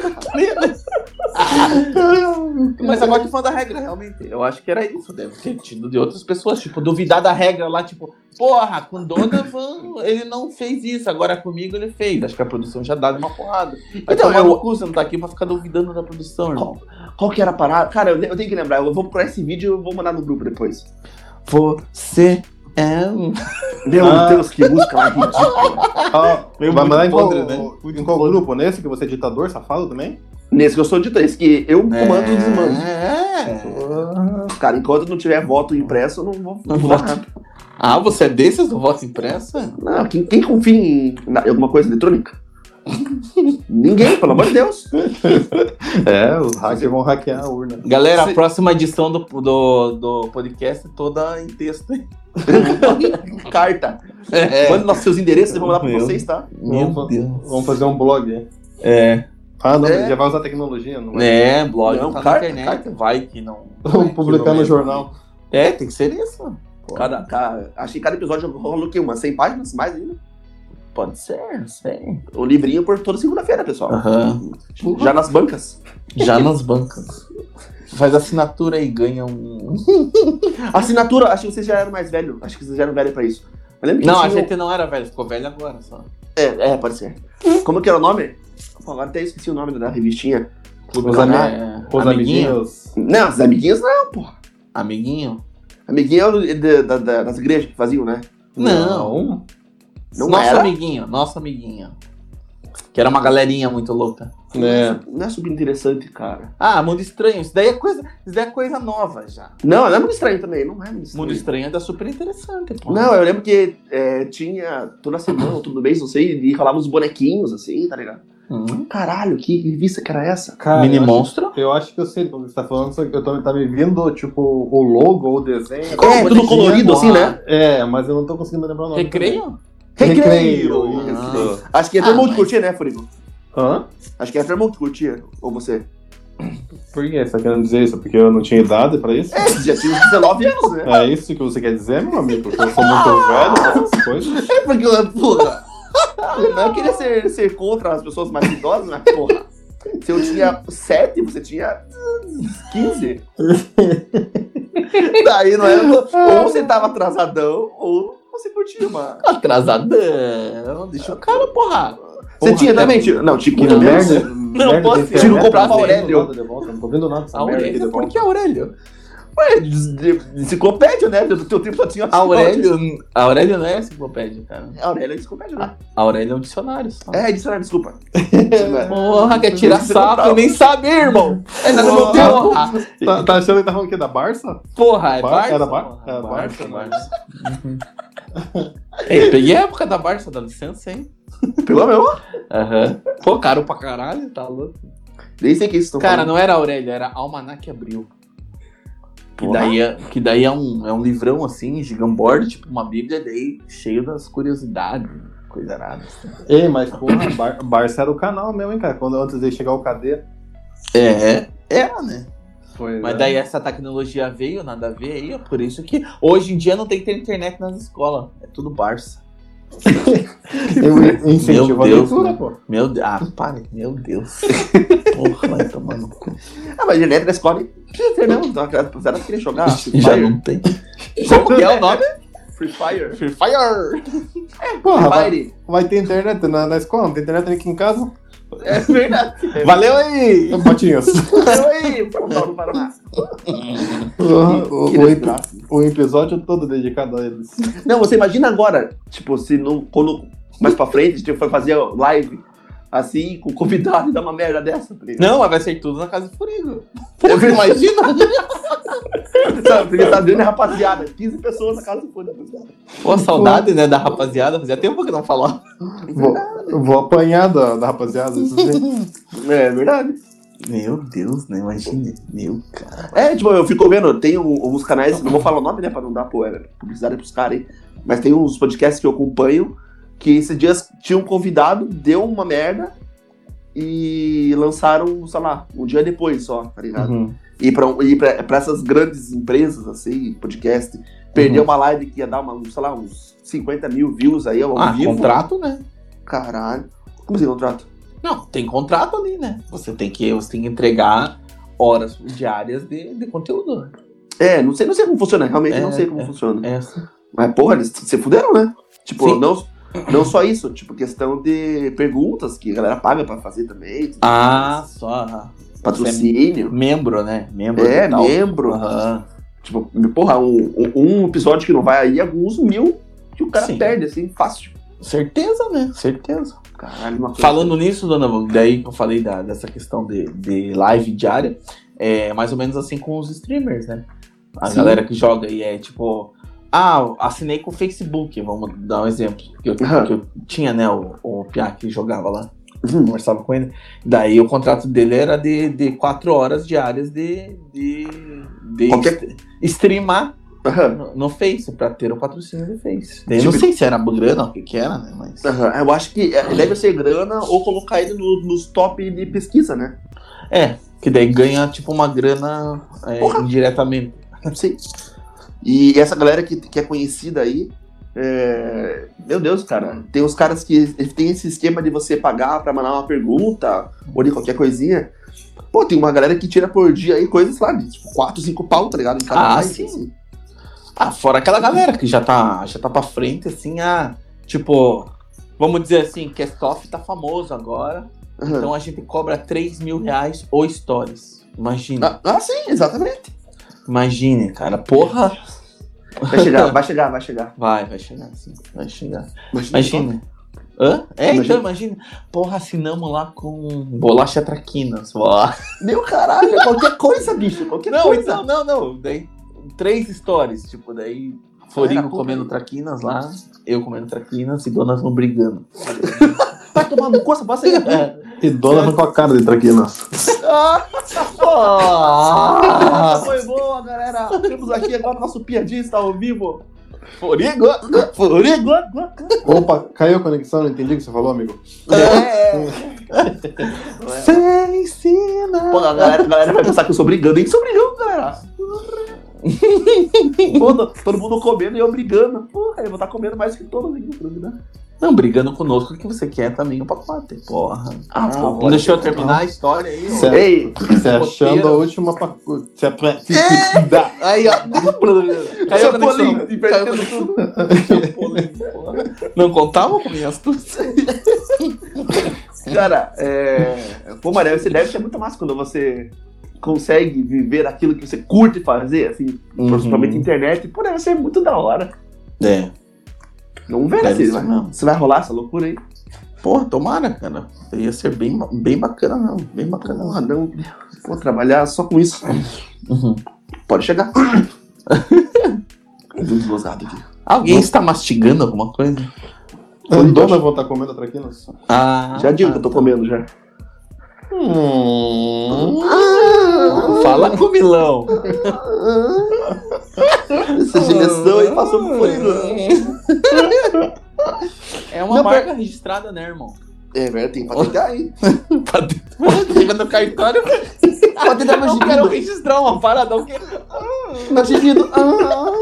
Speaker 2: Mas agora tu falando da regra, realmente. Eu acho que era isso, deve ter tido de outras pessoas. Tipo, duvidar da regra lá, tipo, porra, com Donovan ele não fez isso, agora comigo ele fez. Acho que a produção já dá uma porrada.
Speaker 3: Então,
Speaker 2: Então, é
Speaker 3: eu-
Speaker 2: o você não tá aqui pra ficar duvidando da produção, irmão.
Speaker 3: Qual que era a parada? Cara, eu, eu tenho que lembrar. Eu vou procurar esse vídeo e eu vou mandar no grupo depois.
Speaker 2: Você é um.
Speaker 3: Meu
Speaker 1: Ah.
Speaker 3: Deus, que música mais ridícula.
Speaker 1: Ah,
Speaker 2: Meio
Speaker 1: vai
Speaker 2: muito
Speaker 1: mandar em qual,
Speaker 2: podre, né?
Speaker 1: em qual grupo? Nesse que você é ditador, safado também?
Speaker 3: Nesse que eu sou de três, que eu
Speaker 1: É.
Speaker 3: comando e desmando.
Speaker 2: É.
Speaker 3: Cara, enquanto não tiver voto impresso, eu não vou não
Speaker 2: Não
Speaker 3: vou
Speaker 2: vou.
Speaker 3: nada.
Speaker 2: Ah, você é desses do voto impressa?
Speaker 3: Não, quem, quem confia em, na- em alguma coisa eletrônica? Ninguém, pelo amor de Deus.
Speaker 1: É, os hackers vão hackear a urna.
Speaker 2: Galera,
Speaker 3: Se-
Speaker 2: a próxima edição do, do, do podcast é toda em texto. hein?
Speaker 3: Carta.
Speaker 2: É.
Speaker 3: Mande nossos seus endereços, eu vou mandar pra
Speaker 2: Meu.
Speaker 3: vocês, tá?
Speaker 2: Meu
Speaker 1: Vamos-
Speaker 2: Deus.
Speaker 1: Vamos fazer um blog aí.
Speaker 2: É.
Speaker 1: Ah, não,
Speaker 3: É.
Speaker 1: já vai usar tecnologia, não vai?
Speaker 2: É, blog
Speaker 3: Não,
Speaker 2: tá
Speaker 3: carta,
Speaker 2: na internet.
Speaker 3: carta.
Speaker 2: Vai que não. vai
Speaker 1: Vamos
Speaker 2: que
Speaker 1: publicar
Speaker 2: não
Speaker 1: no
Speaker 2: é.
Speaker 1: jornal.
Speaker 2: É, tem que ser isso. Pô,
Speaker 3: Cada, ca- acho que cada episódio eu coloquei umas 100 páginas, mais ainda.
Speaker 2: Pode ser, sei.
Speaker 3: O livrinho por toda segunda-feira, pessoal.
Speaker 2: Aham.
Speaker 3: Já nas bancas.
Speaker 2: Já nas bancas. Faz assinatura e ganha um.
Speaker 3: Assinatura, acho que vocês já eram mais velhos. Acho que vocês já eram velhos pra isso. Eu lembro que
Speaker 2: Não, a
Speaker 3: tinha um-
Speaker 2: gente não era velho, ficou velho agora só.
Speaker 3: É, é, pode ser. Como que era o nome? Pô, agora até esqueci o nome da revistinha.
Speaker 1: Os,
Speaker 3: Não,
Speaker 1: ami-
Speaker 3: né?
Speaker 2: É,
Speaker 1: os
Speaker 2: amiguinho?
Speaker 1: amiguinhos.
Speaker 3: Não, as amiguinhas não.
Speaker 2: Amiguinho?
Speaker 3: Amiguinha é o de- da- da- das igrejas que faziam, né?
Speaker 2: Não.
Speaker 3: Não
Speaker 2: nosso
Speaker 3: era?
Speaker 2: amiguinho, nosso amiguinho. Que era uma galerinha muito louca.
Speaker 1: Né?
Speaker 3: Não é subinteressante, cara.
Speaker 2: Ah, Mundo Estranho, isso daí é coisa, isso daí é coisa nova já.
Speaker 3: Não, não é muito estranho também, não é muito estranho.
Speaker 2: Mundo Estranho ainda é super interessante, pô.
Speaker 3: Não, eu lembro que é, tinha toda semana, ou todo mês, não sei, e rolava uns bonequinhos assim, tá ligado?
Speaker 2: Hum.
Speaker 3: Caralho, que revista que era essa?
Speaker 1: Cara,
Speaker 2: Mini
Speaker 1: eu acho-
Speaker 2: Monstro?
Speaker 1: Eu acho que eu sei do que você tá falando, só que eu tô, tá me vindo, tipo, o logo ou o desenho.
Speaker 3: É, tudo colorido assim, né?
Speaker 1: É, mas eu não tô conseguindo me lembrar o nome.
Speaker 2: Recreio?
Speaker 1: Recreio.
Speaker 2: isso.
Speaker 3: Acho que é
Speaker 2: Ah,
Speaker 3: todo mundo
Speaker 2: mas-
Speaker 3: que curtia, né, Furigo?
Speaker 1: Hã?
Speaker 3: Acho que é todo mundo que curtia, ou você?
Speaker 1: Por que você tá querendo dizer isso? Porque eu não tinha idade pra isso?
Speaker 3: É, você já tinha uns 19 anos, né?
Speaker 1: É isso que você quer dizer, meu amigo? Que eu sou muito velho pra essas coisas?
Speaker 3: É porque eu, porra. Eu não queria ser, ser contra as pessoas mais idosas, mas porra. Se eu tinha 7, você tinha 15. Daí não era. Ou você tava atrasadão, ou você curtia uma.
Speaker 2: Atrasadão. Deixa o cara, porra.
Speaker 3: Você
Speaker 2: Porra,
Speaker 3: tinha
Speaker 2: cara.
Speaker 3: também? tio? Não, tipo,
Speaker 1: Que
Speaker 3: não,
Speaker 1: merda. merda
Speaker 2: posso-
Speaker 1: desse
Speaker 3: Tiro
Speaker 1: cara.
Speaker 3: comprar
Speaker 1: Não tô vendo
Speaker 3: Aurélio.
Speaker 1: nada de volta, Não tô vendo nada dessa merda tá aqui de
Speaker 2: Aurélio? Por
Speaker 1: volta.
Speaker 2: que Aurélio?
Speaker 3: Ué, des- de- enciclopédia, né? Do teu tempo só tinha
Speaker 2: Aurélio, Aurélio não é enciclopédia, cara.
Speaker 3: Aurélio é enciclopédia, né?
Speaker 2: Aurélio é um dicionário só.
Speaker 3: É, dicionário, desculpa.
Speaker 2: Porra, quer tirar sapo e nem saber, irmão. É tá no meu
Speaker 1: Porra.
Speaker 2: Porra,
Speaker 1: Tá, tá achando que tá falando o quê? Da Barça?
Speaker 2: porra, é
Speaker 1: Bar-
Speaker 2: Barça.
Speaker 1: era Bar-
Speaker 2: porra.
Speaker 1: era
Speaker 2: Barça,
Speaker 1: Barça,
Speaker 2: Barça. Ei, peguei a época da Barça, dá licença, hein?
Speaker 3: Pelo meu.
Speaker 2: Aham. Pô, caro pra caralho, tá louco.
Speaker 3: Nem sei o que isso.
Speaker 2: Cara, não era Aurélio, era Almanac Abril. Que
Speaker 3: Porra.
Speaker 2: daí, é, que daí é, um, é um livrão assim, gigambordo, tipo uma bíblia, daí cheio das curiosidades, coisa errada.
Speaker 1: Ei, mas porra, Bar- Barça era o canal mesmo, hein, cara? Quando antes de chegar o KD.
Speaker 2: É, era, né?
Speaker 1: Foi,
Speaker 2: Mas daí essa tecnologia veio, nada a ver aí, é por isso que hoje em dia não tem que ter internet nas escolas, é tudo Barça.
Speaker 1: Eu incentivo a
Speaker 2: Meu Deus,
Speaker 1: leitura,
Speaker 2: né?
Speaker 1: pô.
Speaker 2: Meu Deus, ah, pare, meu Deus. Porra, vai tomar no cu.
Speaker 3: Ah, mas direto da escola hein? precisa ter mesmo. Então, aquela cruzada que queria jogar. Free
Speaker 2: Já
Speaker 3: Fire.
Speaker 2: não tem. Como que é o nome?
Speaker 3: Free Fire.
Speaker 2: Free Fire!
Speaker 3: Ah,
Speaker 1: Porra, vai,
Speaker 3: Fire.
Speaker 1: vai ter internet na, na escola, não tem internet aqui em casa.
Speaker 3: É verdade.
Speaker 1: Valeu aí! Botinhas.
Speaker 3: Valeu aí, São Paulo, Paraná.
Speaker 1: o,
Speaker 3: Que
Speaker 1: o-
Speaker 3: desgraça.
Speaker 1: o episódio todo dedicado a eles.
Speaker 3: Não, você imagina agora, tipo, se não, quando mais pra frente, tipo, for fazer live, assim, com convidado e dar uma merda dessa, tá ligado?
Speaker 2: Não, mas vai ser tudo na casa do Furigo.
Speaker 3: É
Speaker 2: Porra,
Speaker 3: verdade.
Speaker 2: imagina!
Speaker 3: Sabe, porque tá vendo, né, rapaziada? 15 pessoas na casa do tá foda.
Speaker 2: Pô, saudade, né, da rapaziada, fazia tempo que não falava.
Speaker 1: Vou, vou apanhar da, da rapaziada. isso sim.
Speaker 3: É verdade.
Speaker 2: Meu Deus, né, imagina. Meu cara.
Speaker 3: É, tipo, eu fico vendo, tem um- uns canais, não vou falar o nome, né, pra não dar pô, é, publicidade pros caras, hein? Mas tem uns podcasts que eu acompanho, que esses dias tinha um convidado, deu uma merda e lançaram, sei lá, um dia depois só, tá ligado?
Speaker 1: Uhum.
Speaker 3: E pra, um- e pra, pra essas grandes empresas, assim, podcast, perder
Speaker 2: Uhum.
Speaker 3: uma live que ia dar, uma, sei lá, uns 50 mil views aí ao
Speaker 2: Ah,
Speaker 3: vivo.
Speaker 2: contrato, né?
Speaker 3: Caralho. Como assim, contrato?
Speaker 2: Não, tem contrato ali, né? Você tem que, você tem que entregar horas diárias de, de conteúdo, né?
Speaker 3: É, não sei, não sei como funciona, realmente
Speaker 2: É,
Speaker 3: não sei como
Speaker 2: é.
Speaker 3: funciona.
Speaker 2: Essa.
Speaker 3: Mas, porra, eles se fuderam, né? Tipo,
Speaker 2: Sim.
Speaker 3: não, não só isso, tipo, questão de perguntas que a galera paga pra fazer também. tudo
Speaker 2: Ah,
Speaker 3: mais.
Speaker 2: só. ah,
Speaker 3: Patrocínio.
Speaker 2: Membro, né? Membro.
Speaker 3: É,
Speaker 2: e tal.
Speaker 3: membro.
Speaker 2: Aham.
Speaker 3: Tipo, porra, um, um- um episódio que não vai aí, alguns mil que o cara
Speaker 2: Sim.
Speaker 3: perde, assim, fácil.
Speaker 2: Certeza, né? Certeza.
Speaker 3: Caralho, uma coisa.
Speaker 2: Falando nisso, dona, Val, daí que eu falei da- dessa questão de, de live diária, é mais ou menos assim com os streamers, né? A
Speaker 3: Sim.
Speaker 2: galera que joga e é tipo, ah, assinei com o Facebook, vamos dar um exemplo. Que eu,
Speaker 3: Aham.
Speaker 2: que eu tinha, né, o, o Piá que jogava lá,
Speaker 3: Uhum.
Speaker 2: conversava com ele. Daí o contrato dele era de, de quatro horas diárias de, de, de
Speaker 3: Qualquer-
Speaker 2: est- streamar
Speaker 3: Aham,
Speaker 2: no, no Face, pra ter o patrocínio do Face. Daí Eu não
Speaker 3: Tipo-
Speaker 2: sei se era grana ou o que que era, né, mas...
Speaker 3: aham. Eu acho que é, deve ser grana ou colocar ele no- nos top de pesquisa, né?
Speaker 2: É, que daí ganha tipo uma grana é, indiretamente.
Speaker 3: Não sei. E essa galera que, que é conhecida aí, é, meu Deus, cara, tem os caras que tem esse esquema de você pagar pra mandar uma pergunta ou de qualquer coisinha. Pô, tem uma galera que tira por dia aí coisas lá, de, tipo, 4, 5 pau, tá ligado? Em cada
Speaker 2: Ah,
Speaker 3: live,
Speaker 2: sim.
Speaker 3: assim.
Speaker 2: Ah, fora aquela galera que já tá, já tá pra frente, assim, ah, tipo, vamos dizer assim, Kestoff tá famoso agora,
Speaker 3: Aham.
Speaker 2: então a gente cobra 3 mil reais ou stories.
Speaker 3: Ah,
Speaker 2: Imagina,
Speaker 3: ah, sim, exatamente.
Speaker 2: imagine, cara, porra.
Speaker 3: Vai chegar, vai chegar, vai chegar.
Speaker 2: Vai, vai chegar, sim, vai chegar.
Speaker 3: Imagina.
Speaker 2: Imagina. Hã? É,
Speaker 3: Imagina.
Speaker 2: então, imagina. Porra, assinamos lá com bolacha traquinas, ó.
Speaker 3: Meu caralho, é qualquer coisa, bicho, qualquer
Speaker 2: Não,
Speaker 3: coisa.
Speaker 2: então, não, não. Daí, três stories, tipo, daí
Speaker 3: Ah,
Speaker 2: Forigo
Speaker 3: era pouco.
Speaker 2: comendo traquinas lá, eu comendo traquinas e Dona Van brigando.
Speaker 3: Vai tomar no cu, essa bosta aí.
Speaker 2: É.
Speaker 1: E dona arrancou a cara de traquina.
Speaker 3: Ah,
Speaker 2: Ah,
Speaker 3: foi boa, galera. Temos aqui agora o nosso piadista ao vivo.
Speaker 2: Forigo! Forigo!
Speaker 1: Opa, caiu a conexão, não entendi o que você falou, amigo.
Speaker 3: É.
Speaker 2: Você ensina!
Speaker 3: Pô, a galera, a galera vai pensar que eu sou brigando. Nem sou brigando, galera. tá Pô, to- todo mundo comendo e eu brigando. Porra, eu vou estar comendo mais que todos aqui, né?
Speaker 2: Não, brigando conosco, o que você quer também o pacote, porra.
Speaker 3: Ah,
Speaker 2: Não,
Speaker 3: pô,
Speaker 2: deixa eu terminar a história aí. ó.
Speaker 1: Certo.
Speaker 3: Ei,
Speaker 1: Você é achando
Speaker 2: Roteiro.
Speaker 1: a última pacote. Você é apre-
Speaker 2: Aí, ó. Caiu a conexão.
Speaker 3: Chapolin,
Speaker 2: Caiu a conexão. Chapolin, porra. Não contava com minhas astúcias.
Speaker 3: cara, é... pô, Maria, você deve ser muito massa quando você consegue viver aquilo que você curte fazer, assim, principalmente internet, pô, deve ser muito da hora.
Speaker 2: Uhum. É.
Speaker 3: Não vê, né?
Speaker 2: Deve
Speaker 3: Você
Speaker 2: ser
Speaker 3: vai,
Speaker 2: mesmo.
Speaker 3: você vai rolar essa loucura aí?
Speaker 2: Porra, tomara, cara. Ia ser bem, bem bacana mesmo. Bem bacana.
Speaker 3: Porra, não. Vou trabalhar só com isso.
Speaker 2: Uhum.
Speaker 3: Pode chegar. Desgozado aqui.
Speaker 2: Alguém está mastigando alguma coisa?
Speaker 1: Andou na vontade comendo traquinas?
Speaker 2: Ah,
Speaker 3: Já digo que eu tô comendo já.
Speaker 1: Hum.
Speaker 2: Ah, Fala com o Milão.
Speaker 3: Essa direção aí passou por fora.
Speaker 2: É uma
Speaker 3: Não,
Speaker 2: marca registrada, né, irmão?
Speaker 3: É, velho, tem que patentar, hein?
Speaker 2: Tá dentro do cartório.
Speaker 3: Patentar meu
Speaker 2: Eu quero
Speaker 3: gemido.
Speaker 2: registrar uma parada. eu quero-
Speaker 3: Meu gemido. Ah.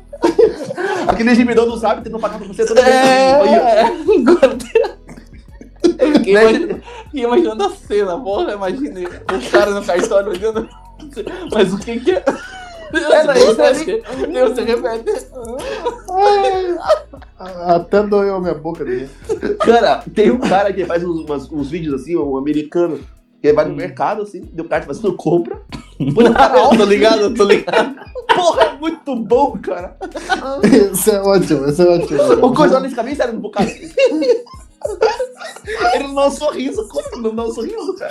Speaker 3: Aquele gemidão do Zap tentando pagar pra você toda vez.
Speaker 2: É, agora Eu fiquei
Speaker 3: Né?
Speaker 2: imaginando, fiquei imaginando a cena, porra, imagina o cara no cartório olhando. Mas o que que é?
Speaker 3: Era isso aí.
Speaker 2: Deus, você repete.
Speaker 1: A- é, Até doeu a minha boca dele.
Speaker 3: Cara, tem um cara que faz uns, umas- uns vídeos assim, um americano, que vai
Speaker 2: Hum.
Speaker 3: no mercado, assim, deu cara fazendo compra. Põe na alta,
Speaker 2: Tô ligado, tô ligado.
Speaker 3: porra, é muito bom, cara.
Speaker 1: Isso é ótimo, isso é ótimo.
Speaker 2: Uhum.
Speaker 3: O coisa olha fica bem sério no bocado. Ele não dá um sorriso, como não dá um sorriso, cara?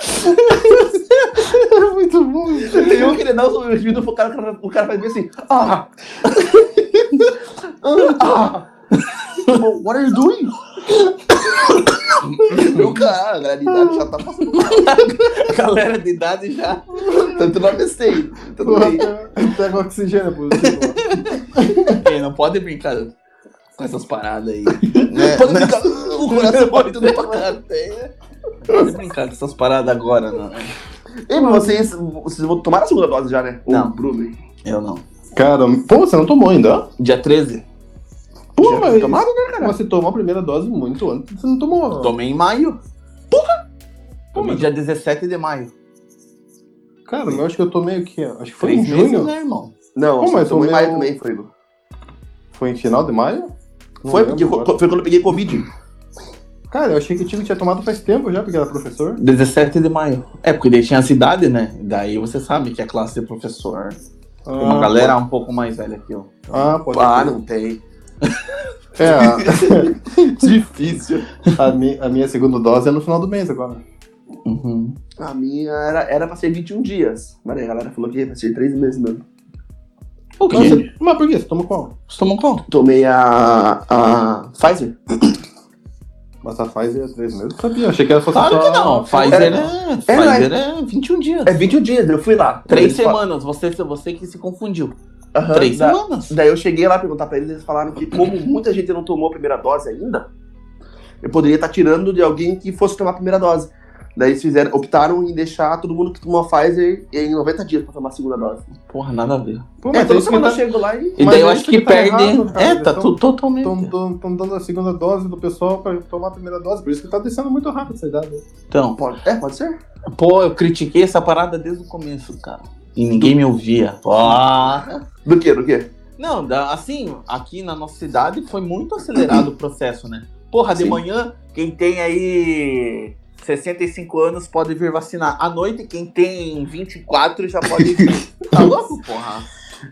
Speaker 1: é muito bom.
Speaker 3: Tem um que ele dá um sorriso pro cara, o cara- o cara faz bem assim, ah! ah! What are you doing? Meu caralho, a galera de idade já tá passando mal,
Speaker 2: Galera de idade já.
Speaker 3: tá tendo AVC aí, tudo bem.
Speaker 1: Pega oxigênio positivo.
Speaker 2: Ei, não pode brincar com essas paradas aí.
Speaker 1: Né?
Speaker 3: Pode ficar o coração batendo pra cara.
Speaker 2: Pode brincar com essas paradas agora, não.
Speaker 3: Ei, mas vocês, vocês vão tomar a segunda dose já, né?
Speaker 2: Não.
Speaker 3: Ô, Bruno.
Speaker 2: Eu não.
Speaker 1: Cara, pô, você não tomou ainda?
Speaker 2: Dia 13?
Speaker 1: Pô,
Speaker 3: Já
Speaker 1: mas.
Speaker 3: tomaram,
Speaker 1: né, cara? Mas você tomou a primeira dose muito antes. Você não tomou.
Speaker 2: Tomei em maio. Porra! Tomei
Speaker 1: Toma.
Speaker 2: dia 17 de maio.
Speaker 1: Cara, eu acho que eu tomei o quê? Acho que foi em
Speaker 2: Três
Speaker 1: junho.
Speaker 2: meses, né, irmão?
Speaker 3: Não,
Speaker 1: Pô,
Speaker 3: acho
Speaker 1: mas
Speaker 3: que tomou em maio
Speaker 1: tomei o-
Speaker 3: é? também, foi. Bruno.
Speaker 1: Foi em final de maio? Não
Speaker 3: Foi,
Speaker 1: lembro
Speaker 3: porque
Speaker 1: agora.
Speaker 3: co- foi quando eu peguei Covid.
Speaker 1: Cara, eu achei que o time tinha tomado faz tempo já, porque era professor.
Speaker 2: 17 de maio. É, porque daí tinha a cidade, né? Daí você sabe que é classe de professor. Tem uma galera um pouco mais velha que eu.
Speaker 1: Ah, pode
Speaker 3: Ah,
Speaker 1: ser.
Speaker 3: não tem.
Speaker 1: É, a,
Speaker 3: Difícil.
Speaker 1: a mi- a minha segunda dose é no final do mês agora.
Speaker 2: Uhum.
Speaker 3: A minha era, era pra ser 21 dias. Mas aí a galera falou que ia ser 3 meses mesmo.
Speaker 2: O
Speaker 1: Mas,
Speaker 2: quê?
Speaker 1: você- mas por que? Você toma qual?
Speaker 2: Você tomou qual?
Speaker 3: Tomei a. a Pfizer.
Speaker 1: Mas a Pfizer é três meses. Eu sabia, achei que ela fosse
Speaker 2: Claro
Speaker 1: só...
Speaker 2: que não. Pfizer é, Pfizer é 21 dias.
Speaker 3: É 21 dias, eu fui lá.
Speaker 2: Três
Speaker 3: Eles fal-
Speaker 2: semanas. Você, você que se confundiu.
Speaker 1: Ah,
Speaker 3: Aham,
Speaker 2: Três
Speaker 1: tá.
Speaker 3: da-
Speaker 2: semanas.
Speaker 3: Daí eu cheguei lá perguntar pra eles, eles falaram que como muita gente não tomou a primeira dose ainda, eu poderia estar tirando de alguém que fosse tomar a primeira dose. Daí eles fizeram, optaram em deixar todo mundo que tomou a Pfizer em 90 dias pra tomar a segunda dose.
Speaker 2: Porra, nada a ver.
Speaker 1: Pô,
Speaker 3: é,
Speaker 1: mas
Speaker 3: toda
Speaker 1: isso que
Speaker 3: semana
Speaker 1: tá...
Speaker 3: eu chego lá e...
Speaker 2: E
Speaker 1: Mas
Speaker 2: daí eu
Speaker 1: é
Speaker 2: acho
Speaker 1: isso
Speaker 2: que,
Speaker 1: que tá
Speaker 2: perde.
Speaker 1: errado, cara.
Speaker 2: é, tá
Speaker 1: Então,
Speaker 2: tu- totalmente.
Speaker 1: Estão dando a segunda dose do pessoal pra tomar a primeira dose, por isso que tá descendo muito rápido essa idade.
Speaker 2: Então,
Speaker 3: Pode, é, pode ser.
Speaker 2: pô, eu critiquei essa parada desde o começo, cara. E ninguém me ouvia. Ah.
Speaker 3: Do que, do que?
Speaker 2: Não, da- assim, aqui na nossa cidade foi muito acelerado o processo, né? Porra, de
Speaker 3: Sim.
Speaker 2: manhã, quem tem aí 65 anos pode vir vacinar. À noite, quem tem 24 já pode vir. tá louco, porra?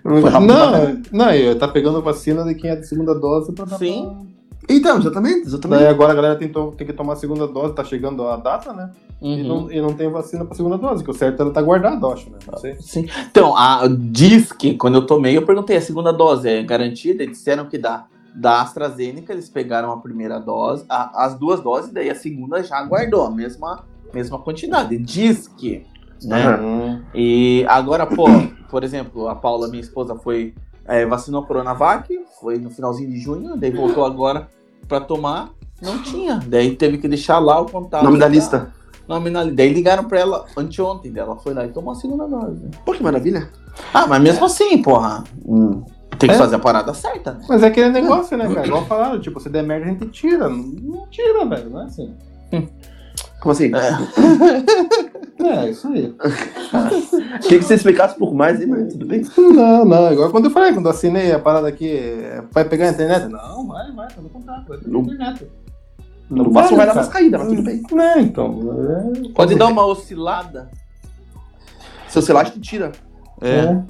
Speaker 3: rápido pra
Speaker 1: Não, não, e tá pegando vacina de quem é de segunda dose pra dar
Speaker 2: Sim.
Speaker 3: Então, exatamente,
Speaker 1: pra-
Speaker 3: exatamente.
Speaker 1: Daí agora a galera tem, to- tem que tomar a segunda dose, tá chegando a data, né?
Speaker 2: Uhum.
Speaker 1: E, não, e não tem vacina pra segunda dose, que o certo é ela tá guardada, eu acho, né?
Speaker 2: Ah.
Speaker 1: Não sei.
Speaker 2: Sim. Então, a, diz que quando eu tomei, eu perguntei a segunda dose é garantida? Eles disseram que dá. Da AstraZeneca, eles pegaram a primeira dose, a- as duas doses, daí a segunda já guardou a mesma, mesma quantidade. Diz que. Né?
Speaker 3: Aham.
Speaker 1: Hum.
Speaker 2: E agora, pô, por exemplo, a Paula, minha esposa, foi é, vacinou a Coronavac, foi no finalzinho de junho, daí voltou agora pra tomar, não tinha. Daí teve que deixar lá o contato.
Speaker 3: Nome da lista.
Speaker 2: Nome da lista. Daí ligaram pra ela anteontem, daí ela foi lá e tomou a segunda dose.
Speaker 3: Pô, que maravilha.
Speaker 2: Ah, mas mesmo assim, porra. Tem que
Speaker 1: É.
Speaker 2: fazer a parada certa, né?
Speaker 1: Mas é aquele negócio, né, cara? Igual falaram, tipo, se der merda, a gente tira. Não- Não tira, velho. Não é assim.
Speaker 3: Como assim?
Speaker 1: É, isso aí.
Speaker 3: Queria que você explicasse um pouco mais, hein, mas tudo bem.
Speaker 1: Não, não. Igual quando eu falei, quando eu assinei a parada aqui, é, vai pegar a internet? Não, vai, vai, tá no contrato, vai pegar a
Speaker 3: Não.
Speaker 1: internet.
Speaker 3: No máximo vai dar umas
Speaker 1: cara.
Speaker 3: caídas, mas tá. Hum. tudo bem.
Speaker 1: Não, então. é-
Speaker 2: Pode dar uma oscilada.
Speaker 3: Seu celular te tira.
Speaker 1: é.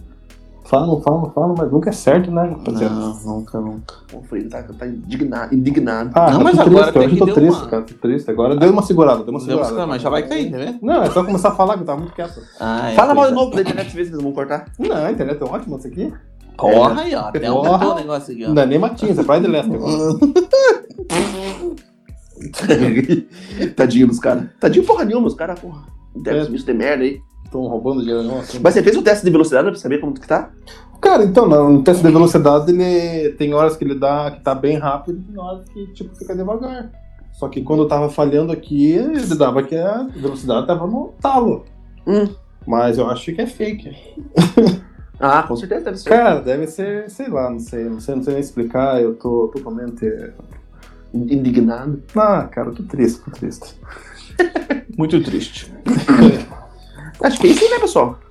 Speaker 1: Falam, falam, falam, mas nunca é certo, né, rapaziada?
Speaker 2: nunca, nunca.
Speaker 3: O Freire tá, tá indignado. indignado.
Speaker 1: Ah,
Speaker 2: Não,
Speaker 1: eu
Speaker 2: mas
Speaker 1: tô triste,
Speaker 2: agora tem
Speaker 1: hoje eu
Speaker 2: que
Speaker 1: tô
Speaker 2: dar
Speaker 1: triste,
Speaker 2: uma-
Speaker 1: cara, tô triste. Agora deu uma segurada, deu uma
Speaker 2: Deu uma
Speaker 1: segurada.
Speaker 2: oscilada, mas já vai cair, né?
Speaker 1: Não, é só começar a falar que eu tava muito quieto.
Speaker 2: Ah, é,
Speaker 3: Fala mal
Speaker 2: coisa-
Speaker 3: de novo da internet, vê se eles vão cortar.
Speaker 1: Não, a internet é ótima isso aqui.
Speaker 2: Porra aí, ó. Até
Speaker 1: Porra.
Speaker 2: aumentou o um negócio aqui, ó.
Speaker 1: Não é nem matinho, você faz de leste agora.
Speaker 3: Tadinho dos caras. Tadinho porra nenhuma, os caras, porra. Deve
Speaker 1: É.
Speaker 3: isso de merda aí.
Speaker 1: Estão roubando dinheiro assim. nosso.
Speaker 3: Mas você fez o teste de velocidade pra saber como que tá?
Speaker 1: Cara, então, no no teste de velocidade, ele tem horas que ele dá, que tá bem rápido e tem horas que, tipo, fica devagar. Só que quando eu tava falhando aqui, ele dava que a velocidade tava no oitavo.
Speaker 3: Hum.
Speaker 1: Mas eu acho que é fake.
Speaker 3: Ah, com certeza deve ser.
Speaker 1: Cara, deve ser, sei lá, não sei, não sei, não sei nem explicar, eu tô totalmente...
Speaker 3: Indignado.
Speaker 1: Ah, cara, eu tô triste, tô triste.
Speaker 2: Muito triste.
Speaker 3: Acho que é isso aí, né, pessoal?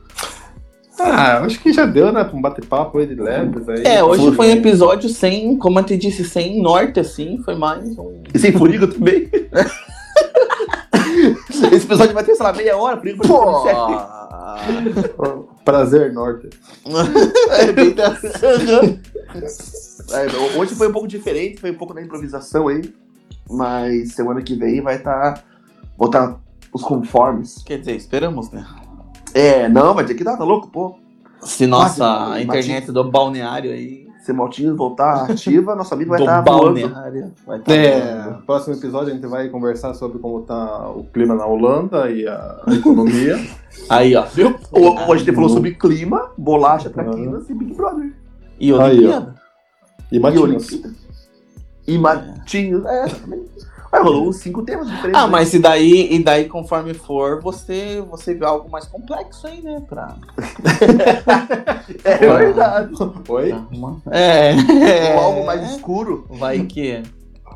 Speaker 1: Ah, eu acho que já deu, né, pra um bate-papo aí de leves aí.
Speaker 2: É, hoje foi um episódio sem, como eu te disse, sem norte, assim. Foi mais um.
Speaker 3: E sem furigo também. Esse episódio vai ter, sei lá, meia hora, furigo
Speaker 2: Pô!
Speaker 3: pra
Speaker 1: Prazer, Norte.
Speaker 3: É, bem interessante. É, hoje foi um pouco diferente, foi um pouco na improvisação aí. Mas semana que vem vai estar. Tá, vou estar os conformes.
Speaker 2: Quer dizer, esperamos, né?
Speaker 3: É, não, vai ter que dar, tá louco? Pô,
Speaker 2: Se nossa
Speaker 3: Bate-
Speaker 2: internet do balneário aí.
Speaker 3: se Maltinho voltar ativa, nosso amigo vai
Speaker 2: do
Speaker 3: estar tá voando.
Speaker 2: balneário. Vai tá
Speaker 1: É,
Speaker 2: voando.
Speaker 1: no próximo episódio a gente vai conversar sobre como tá o clima na Holanda e a economia.
Speaker 2: Aí, ó, viu?
Speaker 3: Ho- Hoje ele falou sobre clima, bolacha, traquinas e Big Brother.
Speaker 2: E
Speaker 1: Aí, ó.
Speaker 2: Olimpíada.
Speaker 1: E
Speaker 3: E
Speaker 1: Matinhos.
Speaker 3: Olimpíada. E Matinhos, é, exatamente. Mas rolou uns cinco temas diferentes.
Speaker 2: Ah,
Speaker 3: né?
Speaker 2: mas e daí, e daí conforme for, você, você vê algo mais complexo aí, né? Pra
Speaker 3: É verdade.
Speaker 2: Tá.
Speaker 1: Oi?
Speaker 2: arrumar. É.
Speaker 3: Ou algo Um mais escuro.
Speaker 2: Vai que.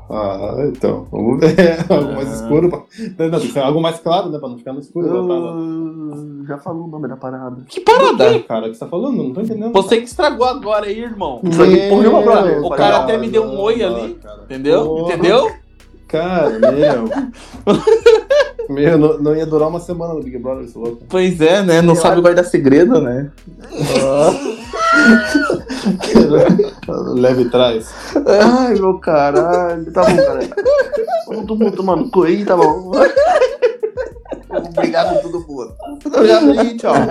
Speaker 1: Ah, então. Vamos
Speaker 2: É.
Speaker 1: ver. Algo mais escuro. pra- Não, não, tem que ser algo mais claro, né? Pra não ficar no escuro. Uh...
Speaker 3: Ah, já falou o nome da parada.
Speaker 2: Que parada!
Speaker 1: Cara, o que você tá falando? Não tô entendendo.
Speaker 2: Você que estragou agora aí, irmão.
Speaker 3: Isso aqui, porra,
Speaker 1: Meu,
Speaker 3: meu brother.
Speaker 2: O cara
Speaker 1: não,
Speaker 2: até me deu um
Speaker 1: não,
Speaker 2: oi
Speaker 1: não,
Speaker 2: ali.
Speaker 1: cara.
Speaker 2: Entendeu?
Speaker 1: Porra.
Speaker 2: Entendeu?
Speaker 1: Cara, meu. meu, não, não ia durar uma semana no Big Brother, esse louco.
Speaker 2: Pois é, né? Não sabe guardar segredo, né?
Speaker 1: Leve trás.
Speaker 3: Ai, meu caralho. Tá bom, cara. Vamos todo mundo tomando cu aí, tá bom. Obrigado a todo mundo. Obrigado aí, tchau.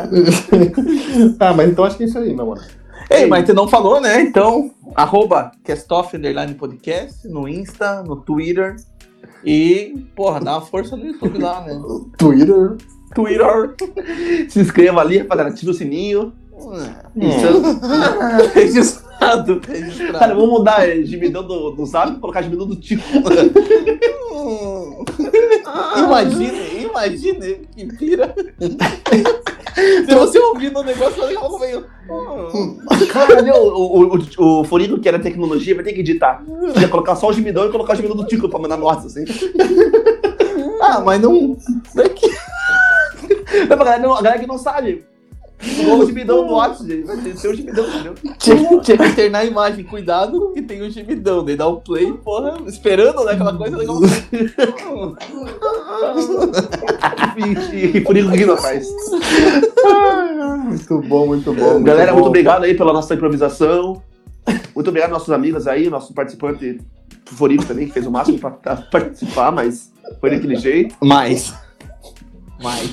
Speaker 1: Ah, mas então acho que é isso aí, meu mano.
Speaker 2: Ei, mas tu não falou, né? Então, arroba castoff underline podcast no Insta, no Twitter. E, porra, dá uma força no YouTube lá, né?
Speaker 1: Twitter.
Speaker 2: Twitter.
Speaker 3: Se inscreva ali, rapaziada. Ative o sininho.
Speaker 2: É.
Speaker 3: É.
Speaker 2: Registrado,
Speaker 3: Cara,
Speaker 2: registrado.
Speaker 3: vamos mudar é, gemidão do, do zap e colocar gemidão do tico.
Speaker 2: Imagine, imagine que pira. Se você ouvir no negócio, daqui a pouco vem. o-
Speaker 3: Caralho, o, o, o, o Forido, que era tecnologia, vai ter que editar. Ia colocar só o gemidão e colocar o gemidão do tico pra mandar nossa, assim.
Speaker 2: Ah, mas não.
Speaker 3: Não, pra galera, não- é a galera que não sabe. Igual o gemidão do WhatsApp, gente. Vai ter o gemidão, entendeu?
Speaker 2: Tinha, tinha que internar a imagem, cuidado, que tem o gemidão. Daí dá o play, porra, esperando né, aquela coisa. Daí...
Speaker 3: E, e Forido rindo atrás.
Speaker 1: é Muito bom, muito bom. Muito
Speaker 3: Galera,
Speaker 1: bom.
Speaker 3: muito obrigado aí pela nossa improvisação. Muito obrigado aos nossos amigos aí, nosso participante Forido também, que fez o máximo pra, pra participar, mas foi daquele jeito.
Speaker 2: Mais. Mais.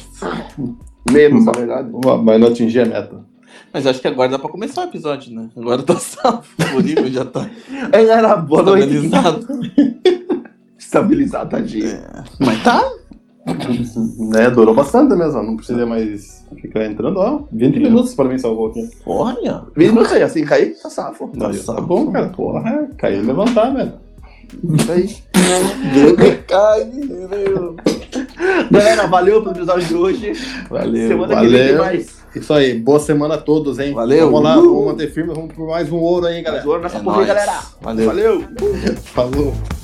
Speaker 1: Hum.
Speaker 3: Menos, na verdade.
Speaker 1: Mas não atingi a meta.
Speaker 2: Mas acho que agora dá pra começar o episódio, né? Agora tá salvo. O nível já tá
Speaker 3: É, galera, boa noite.
Speaker 2: estabilizado.
Speaker 3: Estabilizar, tadinho.
Speaker 1: É.
Speaker 2: Mas tá?
Speaker 1: Né, durou bastante mesmo, não precisa mais ficar entrando, ó. 20 minutos pra mim salvou aqui.
Speaker 2: Olha.
Speaker 3: Vem não sei, assim, cair, tá safo.
Speaker 1: Aí, tá bom, cara. Porra, cair e levantar, velho.
Speaker 3: Isso aí.
Speaker 2: Ai, meu.
Speaker 3: Galera, valeu pelo episódio de hoje.
Speaker 1: Valeu,
Speaker 3: Semana que vem tem
Speaker 1: valeu.
Speaker 3: mais.
Speaker 1: Isso aí, boa semana a todos, hein?
Speaker 2: Valeu.
Speaker 1: Vamos lá,
Speaker 2: Uhul.
Speaker 1: vamos manter firme, vamos por mais um ouro aí,
Speaker 3: Mas
Speaker 1: galera.
Speaker 3: olha nessa
Speaker 2: É
Speaker 3: porra aí,
Speaker 2: nóis.
Speaker 3: galera.
Speaker 2: Valeu.
Speaker 3: Valeu.
Speaker 1: Falou.